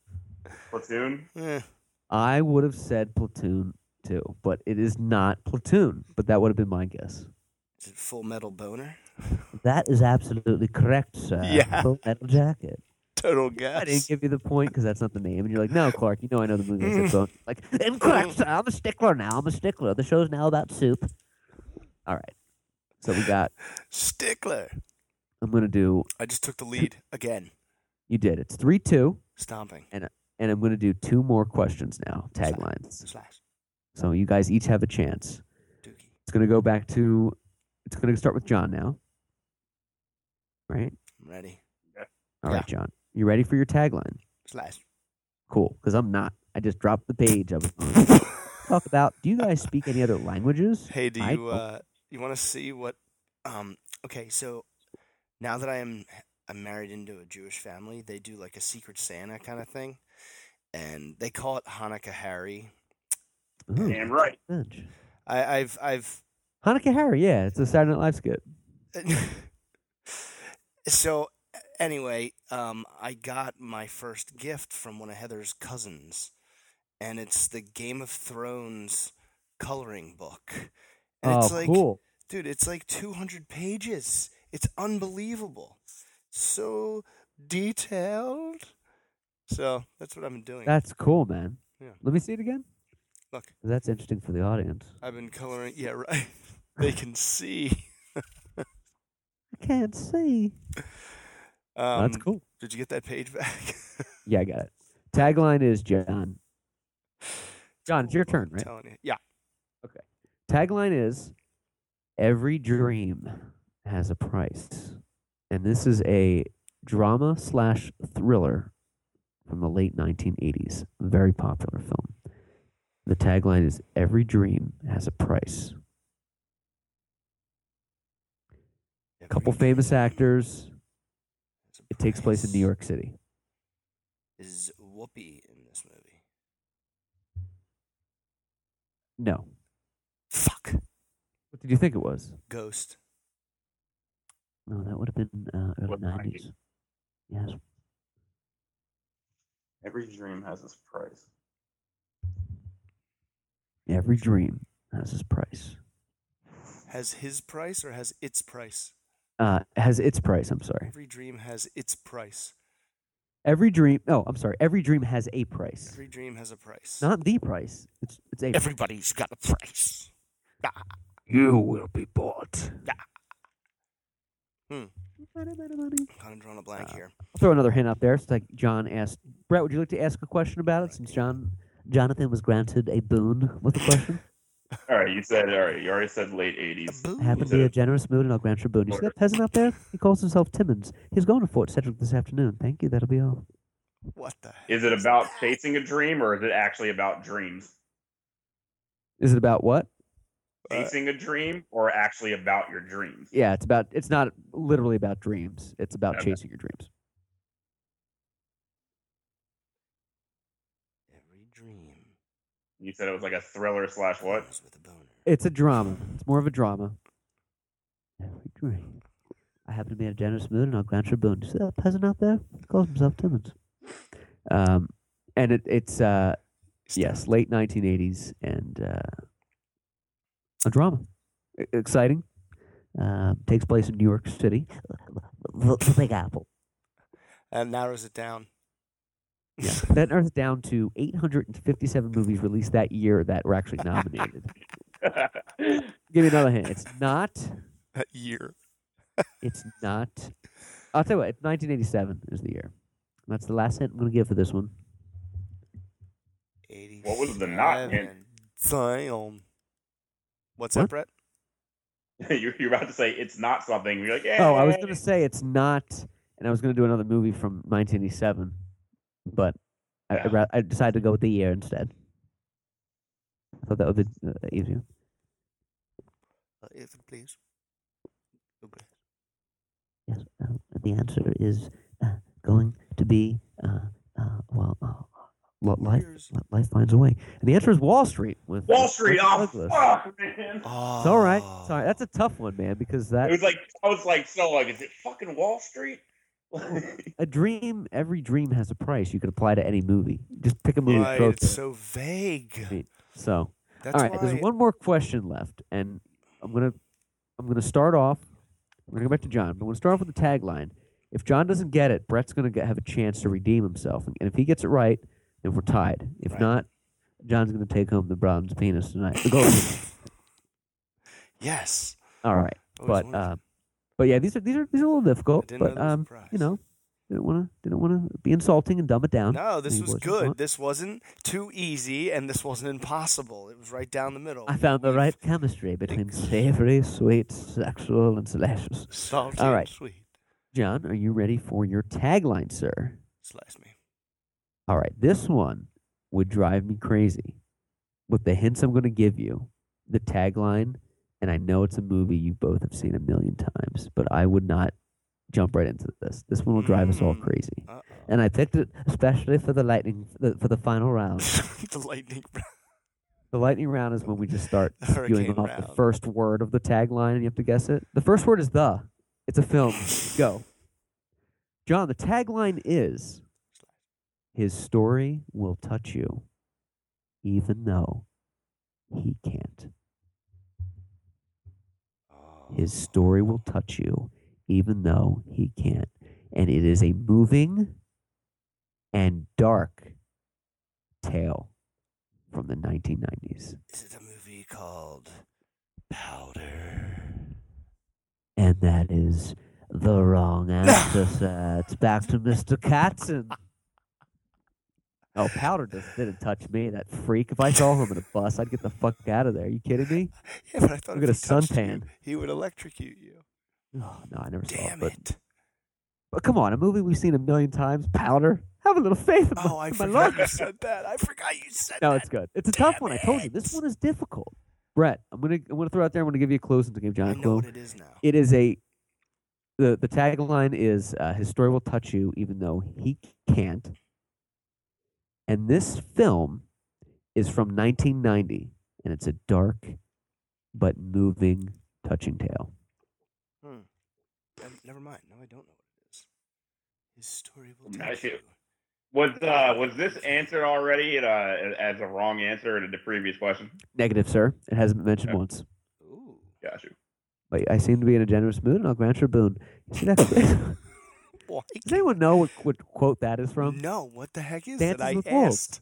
Platoon.
eh,
I would have said Platoon too, but it is not Platoon. But that would have been my guess.
is it Full Metal Boner? <laughs>
That is absolutely correct, sir.
Yeah.
Full metal jacket.
Total
I didn't
guess.
give you the point because that's not the name. And you're like, no, Clark, you know I know the movie. I said, "Don't." Like, incorrect. sir. I'm a stickler now. I'm a stickler. The show's now about soup. All right. So we got,
Stickler.
I'm going to do,
I just took the lead again.
you did. It's 3 2,
Stomping.
and I'm going to do two more questions now, taglines.
Slash.
So you guys each have a chance.
Dookie.
It's going to go back to, it's going to start with John now. Right?
I'm ready.
All right, John. You ready for your tagline? <laughs>
Slash.
Cool, because I'm not. I just dropped the page. I was on.
<laughs>
Talk about, do you guys speak any other languages?
Hey, do
I
you
don't-
uh, you want to see what? Um, okay, so now that I am I'm married into a Jewish family, they do like a Secret Santa kind of thing, and they call it Hanukkah Harry.
Ooh.
Damn right.
Bench.
I, I've I've <laughs>
Hanukkah Harry, yeah, it's a Saturday Night Live skit.
so anyway, um, I got my first gift from one of Heather's cousins, and it's the Game of Thrones coloring book. And
oh,
it's like
cool.
Dude, it's like 200 pages. It's unbelievable. So detailed. So that's what I've been doing.
That's cool, man.
Yeah.
Let me see it again.
Look.
'Cause That's interesting for the audience.
<laughs> I've been coloring. Yeah, right. they can see.
I can't see. Oh,
Um,
That's cool.
Did you get that page back? <laughs>
Yeah, I got it. Tagline is John. John, it's your turn,
I'm
right?
telling you. Yeah.
Tagline is Every dream has a price. And this is a drama slash thriller from the late 1980s. Very popular film. The tagline is Every dream has a price. A couple
Every
famous
dream
actors.
has a
It takes place in New
price.
York City.
Is Whoopi in this movie?
No.
Fuck.
What did you think it was?
Ghost.
No, that would have been uh, early
What, 90s?
90s. Yes.
Every dream has its price.
Every dream has its price.
Has his price or has its price?
Uh, has its price, I'm sorry.
Every dream has its price.
Every dream. Oh, I'm sorry. Every dream has a price,
Every dream has a price.
not the price. It's it's a.
Everybody's got a price.
you will be bought.
Hmm.
I'll
Kind of drawing a blank
Uh,
here.
throw another hint out there. It's like John asked Brett, "Would you like to ask a question about it?" Since John Jonathan was granted a boon. What's the
<laughs>
question?
All right, you said all right. You already said late '80s.
Boo.
Happen to be a generous mood, and I'll grant your boon. You see that peasant out there? He calls himself Timmons. He's going to Fort Sedgwick this afternoon. Thank you. That'll be all.
What the heck?
Is it about chasing a dream or is it actually about dreams?
Is it about what?
Uh,
Chasing a dream or actually about your dreams?
Yeah, it's about. It's not literally about dreams. It's about
Okay.
chasing your dreams.
Every dream.
You said it was like a thriller slash what? <laughs>
comes With a boner.
It's a drama. It's more of a drama. Every dream. I happen to be in a generous mood, and I'll glance your boon. See that peasant out there? He calls himself Timmons. Um, and it, it's uh, yes, late 1980s, and uh, a drama. E- exciting. Uh, takes place in New York City. The, the Big Apple.
That narrows it down.
Yeah.
<laughs>
that narrows it down to 857 movies released that year that were actually nominated. Give me another hint. It's not
That year.
It's not. I'll tell you what. It's 1987 is the year. That's the last hint I'm going to give for this one.
80.
What was the not hint?
Damn. What's
What?
that, Brett?
you, you're about to say it's not something. You're like, yeah.
Oh, I was going to say it's not, and I was going to do another movie from 1987, but I, I,
Yeah.
ra- I decided to go with the year instead. I thought that would be uh, easier.
Uh, if it please. Okay.
Yes, uh, the answer is uh, going to be uh, uh, well, uh, li- life.
Years.
li- Life finds a way. And the answer is Wall Street. With
Wall
uh,
Street. Oh,
Michael Douglas. Oh,
fuck, man.
It's all right. Sorry, that's a tough one, man, because that
It was like I was like, so like, is it fucking Wall Street? <laughs> All
a dream every dream has a price you could apply to any movie just pick a movie and
Oh, Right,
throw it
it's
to it.
so vague.
so
That's
all right there's
why-
one more question left and i'm gonna i'm gonna start off we're gonna go back to john but i'm gonna start off with the tagline if john doesn't get it brett's gonna get, have a chance to redeem himself and if he gets it right then we're tied if
Right.
not john's gonna take home the bronze penis tonight the gold
<laughs>
penis.
Yes.
all right
Always
but
wondered.
uh, but yeah these are these are these are a little difficult
didn't know
but
there was a
um you
prize.
know didn't want to didn't want to be insulting and dumb it down
No, this
Maybe
was
wasn't
good.
fun.
This wasn't too easy, and this wasn't impossible. It was right down the middle.
I found the right chemistry between savory, sweet, sexual, and salacious.
Salty
All
and
right.
sweet.
John, are you ready for your tagline, sir?
Slice me.
All right, this one would drive me crazy. With the hints I'm going to give you, the tagline, and I know it's a movie you both have seen a million times, but I would not jump right into this. This one will drive us all
Mm.
crazy.
Uh-oh.
And I picked it especially for the lightning for the, for the final round.
<laughs> the lightning round.
The lightning round is when we just start
<laughs> The
spewing
hurricane
off the
round.
first word of the tagline, and you have to guess it. The first word is the. It's a film. Go, John. The tagline is, "His story will touch you, even though he can't. <laughs> His story will touch you, even though he can't." And it is a moving and dark tale from the 1990s.
Is it a movie called Powder?
and that is the wrong answer, sir. It's back to Mr. Katzen. Oh, Powder just didn't touch me, that freak. If I saw him in a bus, I'd get the fuck out of there. you kidding me?
Yeah, but I thought if
Look at
he
a
touched
suntan.
you, he would electrocute you.
Oh, no, I never saw it.
Damn
But, <laughs>
it!
but come on, a movie we've seen a million times, Powder. Have a little faith in my,
Oh, I
in my
forgot you
lungs.
said that. I forgot you said
No,
that.
it's good. It's a tough
Damn
one. I told you.
it.
This one is difficult. Brett, I'm gonna I'm gonna throw out there. I'm gonna give you a clue since I gave John
I
a
know
clue.
what it is now.
it is a the the tagline is uh, his story will touch you even though he can't. And this film is from 1990, and it's a dark but moving, touching tale.
Nev- Hmm. Um, Never mind. No, I don't know what it is. His story will
I
touch
see.
you.
Was uh was this answered already in a, as a wrong answer in the previous question?
Negative, sir. It hasn't been mentioned
Okay.
once. <laughs>
Ooh. <laughs>
Got you.
But I seem to be in a generous mood, and I'll grant your boon. You
<laughs>
see that? <laughs> Does
Why?
anyone know what, what quote that is from?
No, what the heck is
Dances
it? I
with Wolves.
asked.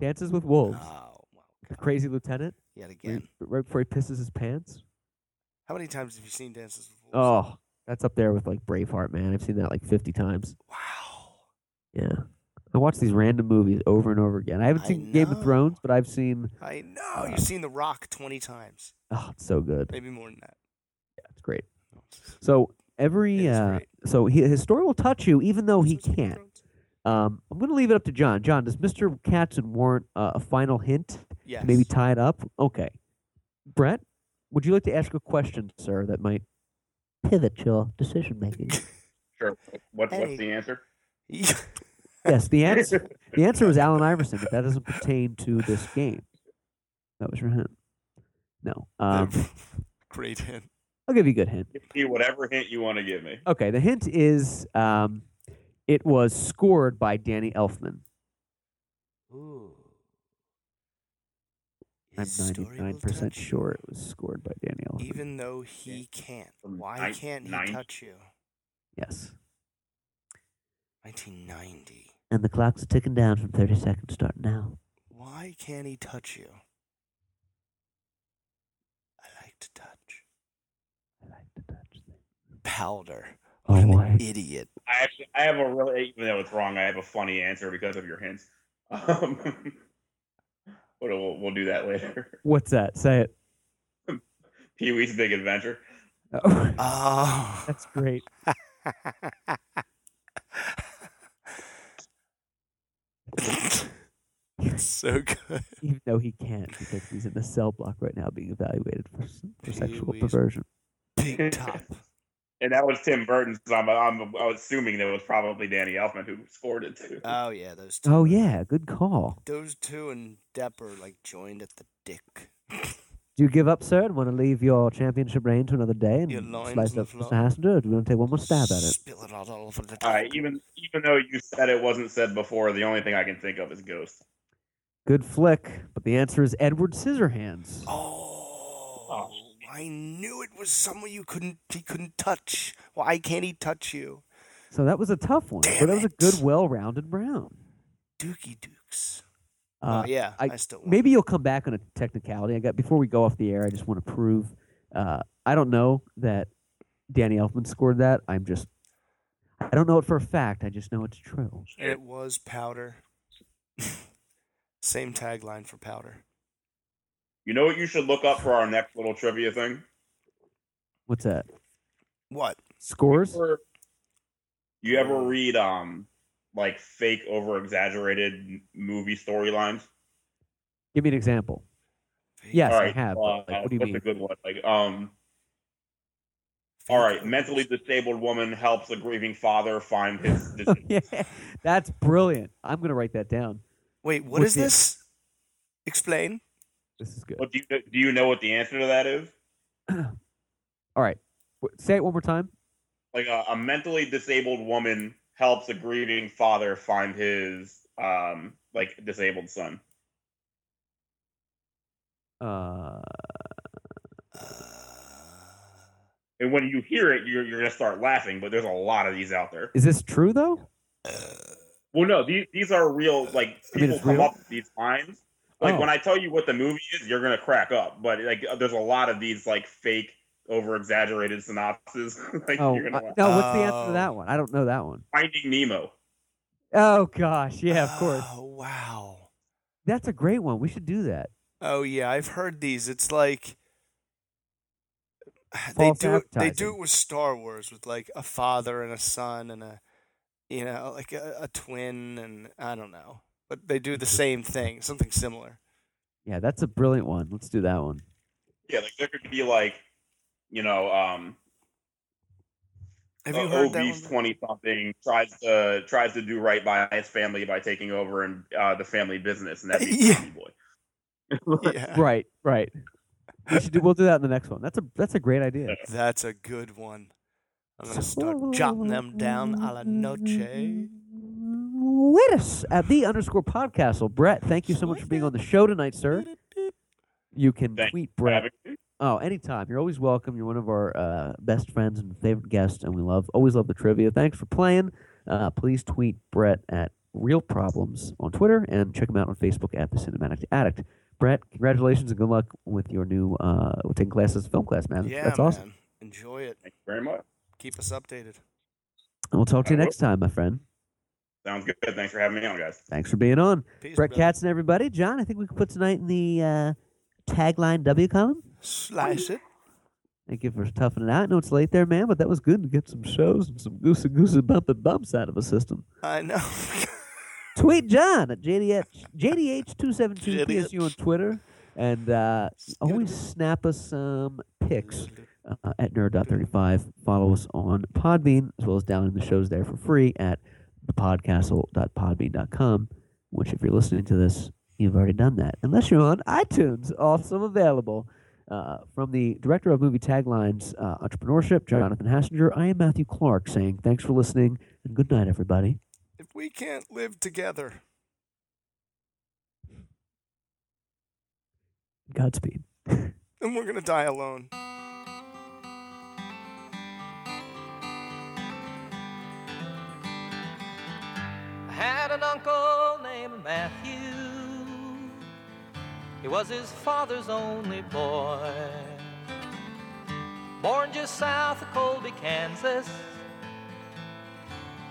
Dances with Wolves.
Oh, well,
The crazy lieutenant.
yet again.
right- Right before he pisses his pants.
How many times have you seen Dances with Wolves?
Oh, that's up there with like Braveheart, man. I've seen that like 50 times.
Wow.
Yeah. I watch these random movies over and over again. I haven't
I
seen Game of Thrones, but I've seen.
I know.
Uh,
You've seen The Rock 20 times.
Oh, it's so good.
Maybe more than that.
Yeah, it's great. So every.
It is
Uh,
great.
so he, his story will touch you, even though he
Dances with
can't.
Wolves?
Um, I'm going to leave it up to John. John, does Mr. Katzen warrant uh, a final hint
Yes.
to
<laughs>
maybe tie it up? Okay. Brett, would you like to ask a question, sir, that might pivot your decision making?
Sure. What,
Hey.
What's the answer?
yes, the answer. The answer was Allen Iverson, but that doesn't pertain to this game. That was your hint. No. Um,
Great hint.
I'll give you a good hint.
Give me whatever hint you want to give me.
Okay, the hint is um, it was scored by Danny Elfman.
Ooh.
I'm
His story will
99%
touch you,
sure it was scored by Danny Elfman.
Even though he can't.
From
Why
nine-
can't he
nine-
touch you?
yes.
1990.
And the clock's ticking down from 30 seconds starting now.
Why can't he touch you? I like to touch.
I like to touch things.
Powder.
Oh,
What an
why?
idiot.
I actually I have a really even though it's wrong, I have a funny answer because of your hints. <laughs> Um, but we'll we'll do that later. <laughs>
What's that? Say it.
Pee Wee's Big Adventure.
Oh,
Oh.
<laughs> that's great.
<laughs> it's so good.
Even though he can't, because he's in the cell block right now being evaluated for, for sexual
Pee-wee's
perversion. <laughs>
Big top.
And that was Tim Burton's. so I'm, I'm, I'm assuming that was probably Danny Elfman who scored it too.
Oh, yeah, those two.
Oh, yeah. Good call.
Those two and Depp are like joined at the dick.
Do you give up, sir, and want to leave your championship reign to another day and
Your lines
slice
on the
up Mr.
floor.
Hassender? Or do you want to take one more stab at it?
Spill it out all over the
All right,
top.
Uh, even even though you said it wasn't said before, the only thing I can think of is Ghost.
Good flick, but the answer is Edward Scissorhands.
Oh, I knew it was someone you couldn't he couldn't touch. Why can't he touch you?
So that was a tough one,
Damn
but that was a good,
it.
well-rounded round.
Dookie Dukes.
Uh,
oh yeah, I,
I-
still won.
Maybe you'll come back on a technicality. I got before we go off the air. I just want to prove. Uh, I don't know that Danny Elfman scored that. I'm just. I don't know it for a fact. I just know it's true.
And it was powder. <laughs> Same tagline for powder.
You know what you should look up for our next little trivia thing?
What's that?
What?
Scores?
Or you ever read um like fake over exaggerated movie storylines?
Give me an example.
<laughs>
Yes,
All
I
right,
have. but,
uh,
like, what do you
what's
mean?
a good one? Like um all right, mentally disabled woman helps a grieving father find his
<laughs>
disease.
yeah, that's brilliant. I'm gonna write that down.
Wait, what
What's
is
the-
this? Explain.
This is good.
What do you do you know what the answer to that is?
All right, W- say it one more time.
Like uh, a, a mentally disabled woman helps a grieving father find his um like disabled son.
Uh,
Uh,
And when you hear it, you're, you're gonna start laughing. But there's a lot of these out there.
is this true though?
uh,
Well, no, these these are real. Like
I mean,
people
it's
come
real?
up with these lines. Like
Oh.
when I tell you what the movie is, you're gonna crack up. But like, there's a lot of these like fake over exaggerated synopses. <laughs> like
Oh,
you're
uh,
gonna
no, what's the answer to
Oh.
that one? I don't know that one.
Finding Nemo.
Oh gosh, yeah, of course.
Oh, wow.
That's a great one. We should do that.
Oh yeah, I've heard these. It's like <sighs> they
False
do it, they
advertising.
do it with Star Wars with like a father and a son and a you know like a, a twin and I don't know, but they do the same thing, something similar.
Yeah, that's a brilliant one. Let's do that
<laughs>
one.
Yeah, like there could be like, you know, um,
Have you
a
heard that
obese
one?
twenty something tries to tries to do right by his family by taking over and uh, the family
<laughs>
business, and that's
Yeah.
boy.
<laughs>
Yeah,
Right, right. We should do. We'll do that in the next one. That's a that's a great idea.
that's a good one. I'm gonna start jotting them down a la noche.
With us at the underscore podcast. So Brett, thank you so much for being on the show tonight, sir. You can
Thank
tweet Brett.
Having-
Oh, anytime. You're always welcome. You're one of our uh, best friends and favorite guests, and we love always love the trivia. Thanks for playing. Uh, please tweet Brett at Real Problems on Twitter and check him out on Facebook at the Cinematic Addict. Brett, congratulations and good luck with your new uh, taking classes, film class, man.
Yeah,
That's awesome.
man. Enjoy it.
Thank you very much.
Keep us updated.
And we'll talk to you
I will.
next time, my friend.
Sounds good. Thanks for having me on, guys.
Thanks for being on.
Peace,
Brett
brother.
Katz and everybody. John, I think we can put tonight in the uh, tagline W column.
Slice it.
Thank you for toughing it out. I know it's late there, man, but that was good to get some shows and some goosey goosey bumping bumps out of a system.
I know. <laughs>
Tweet John at JDH,
JDH.
JDH272 PSU on Twitter. And uh, always snap us some pics uh, at nerd.35. Follow us on Podbean, as well as download the shows there for free at thepodcastle.podbean.com, which, if you're listening to this, you've already done that. Unless you're on iTunes, also available. Uh, from the director of movie taglines, uh, Entrepreneurship, Jonathan Hassinger, I am Matthew Clark saying thanks for listening and good night, everybody.
If we can't live together.
Godspeed.
and we're gonna die alone.
I had an uncle named Matthew. He was his father's only boy. Born just south of Colby, Kansas.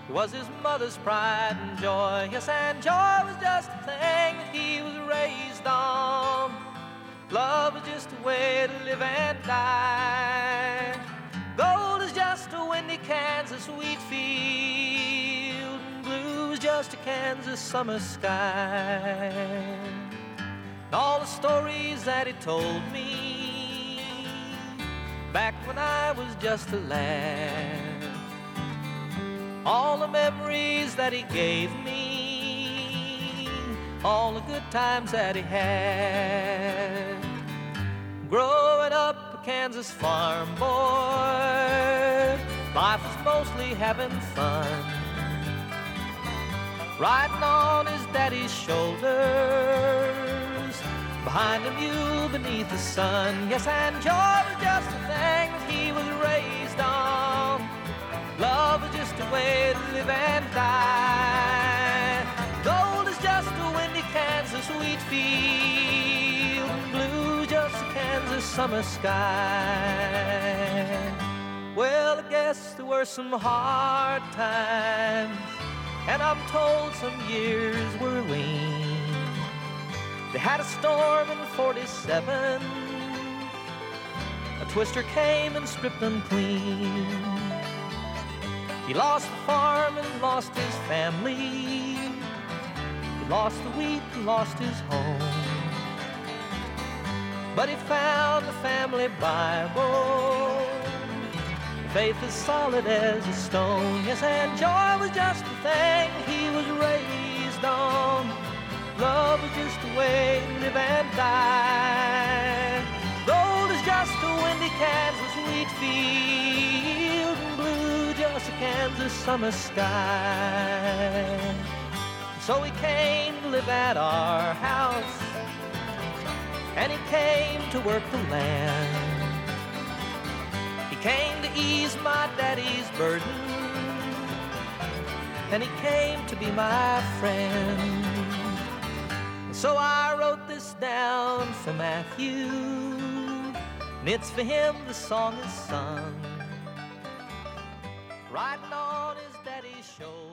He was his mother's pride and joy. Yes, and joy was just a thing that he was raised on. Love is just a way to live and die. Gold is just a windy Kansas wheat field. and Blue is just a Kansas summer sky. And all the stories that he told me back when I was just a lad. All the memories that he gave me, all the good times that he had. Growing up a Kansas farm boy, life was mostly having fun. Riding on his daddy's shoulders, behind a mule beneath the sun. Yes, and joy was just a thing that he was raised on. Love is just a way to live and die. Gold is just a windy Kansas wheat field. and Blue is just a Kansas summer sky. Well, I guess there were some hard times, and I'm told some years were lean. They had a storm in 47. A twister came and stripped them clean. He lost the farm and lost his family. He lost the wheat and lost his home. But he found the family Bible. Faith as solid as a stone. Yes, and joy was just the thing he was raised on. Love is just a way to live and die. Gold is just a windy Kansas wheat field, and blue just a Kansas summer sky. So he came to live at our house, and he came to work the land. He came to ease my daddy's burden, and he came to be my friend. So I wrote this down for Matthew and it's for him the song is sung. Riding on his daddy's shoulder.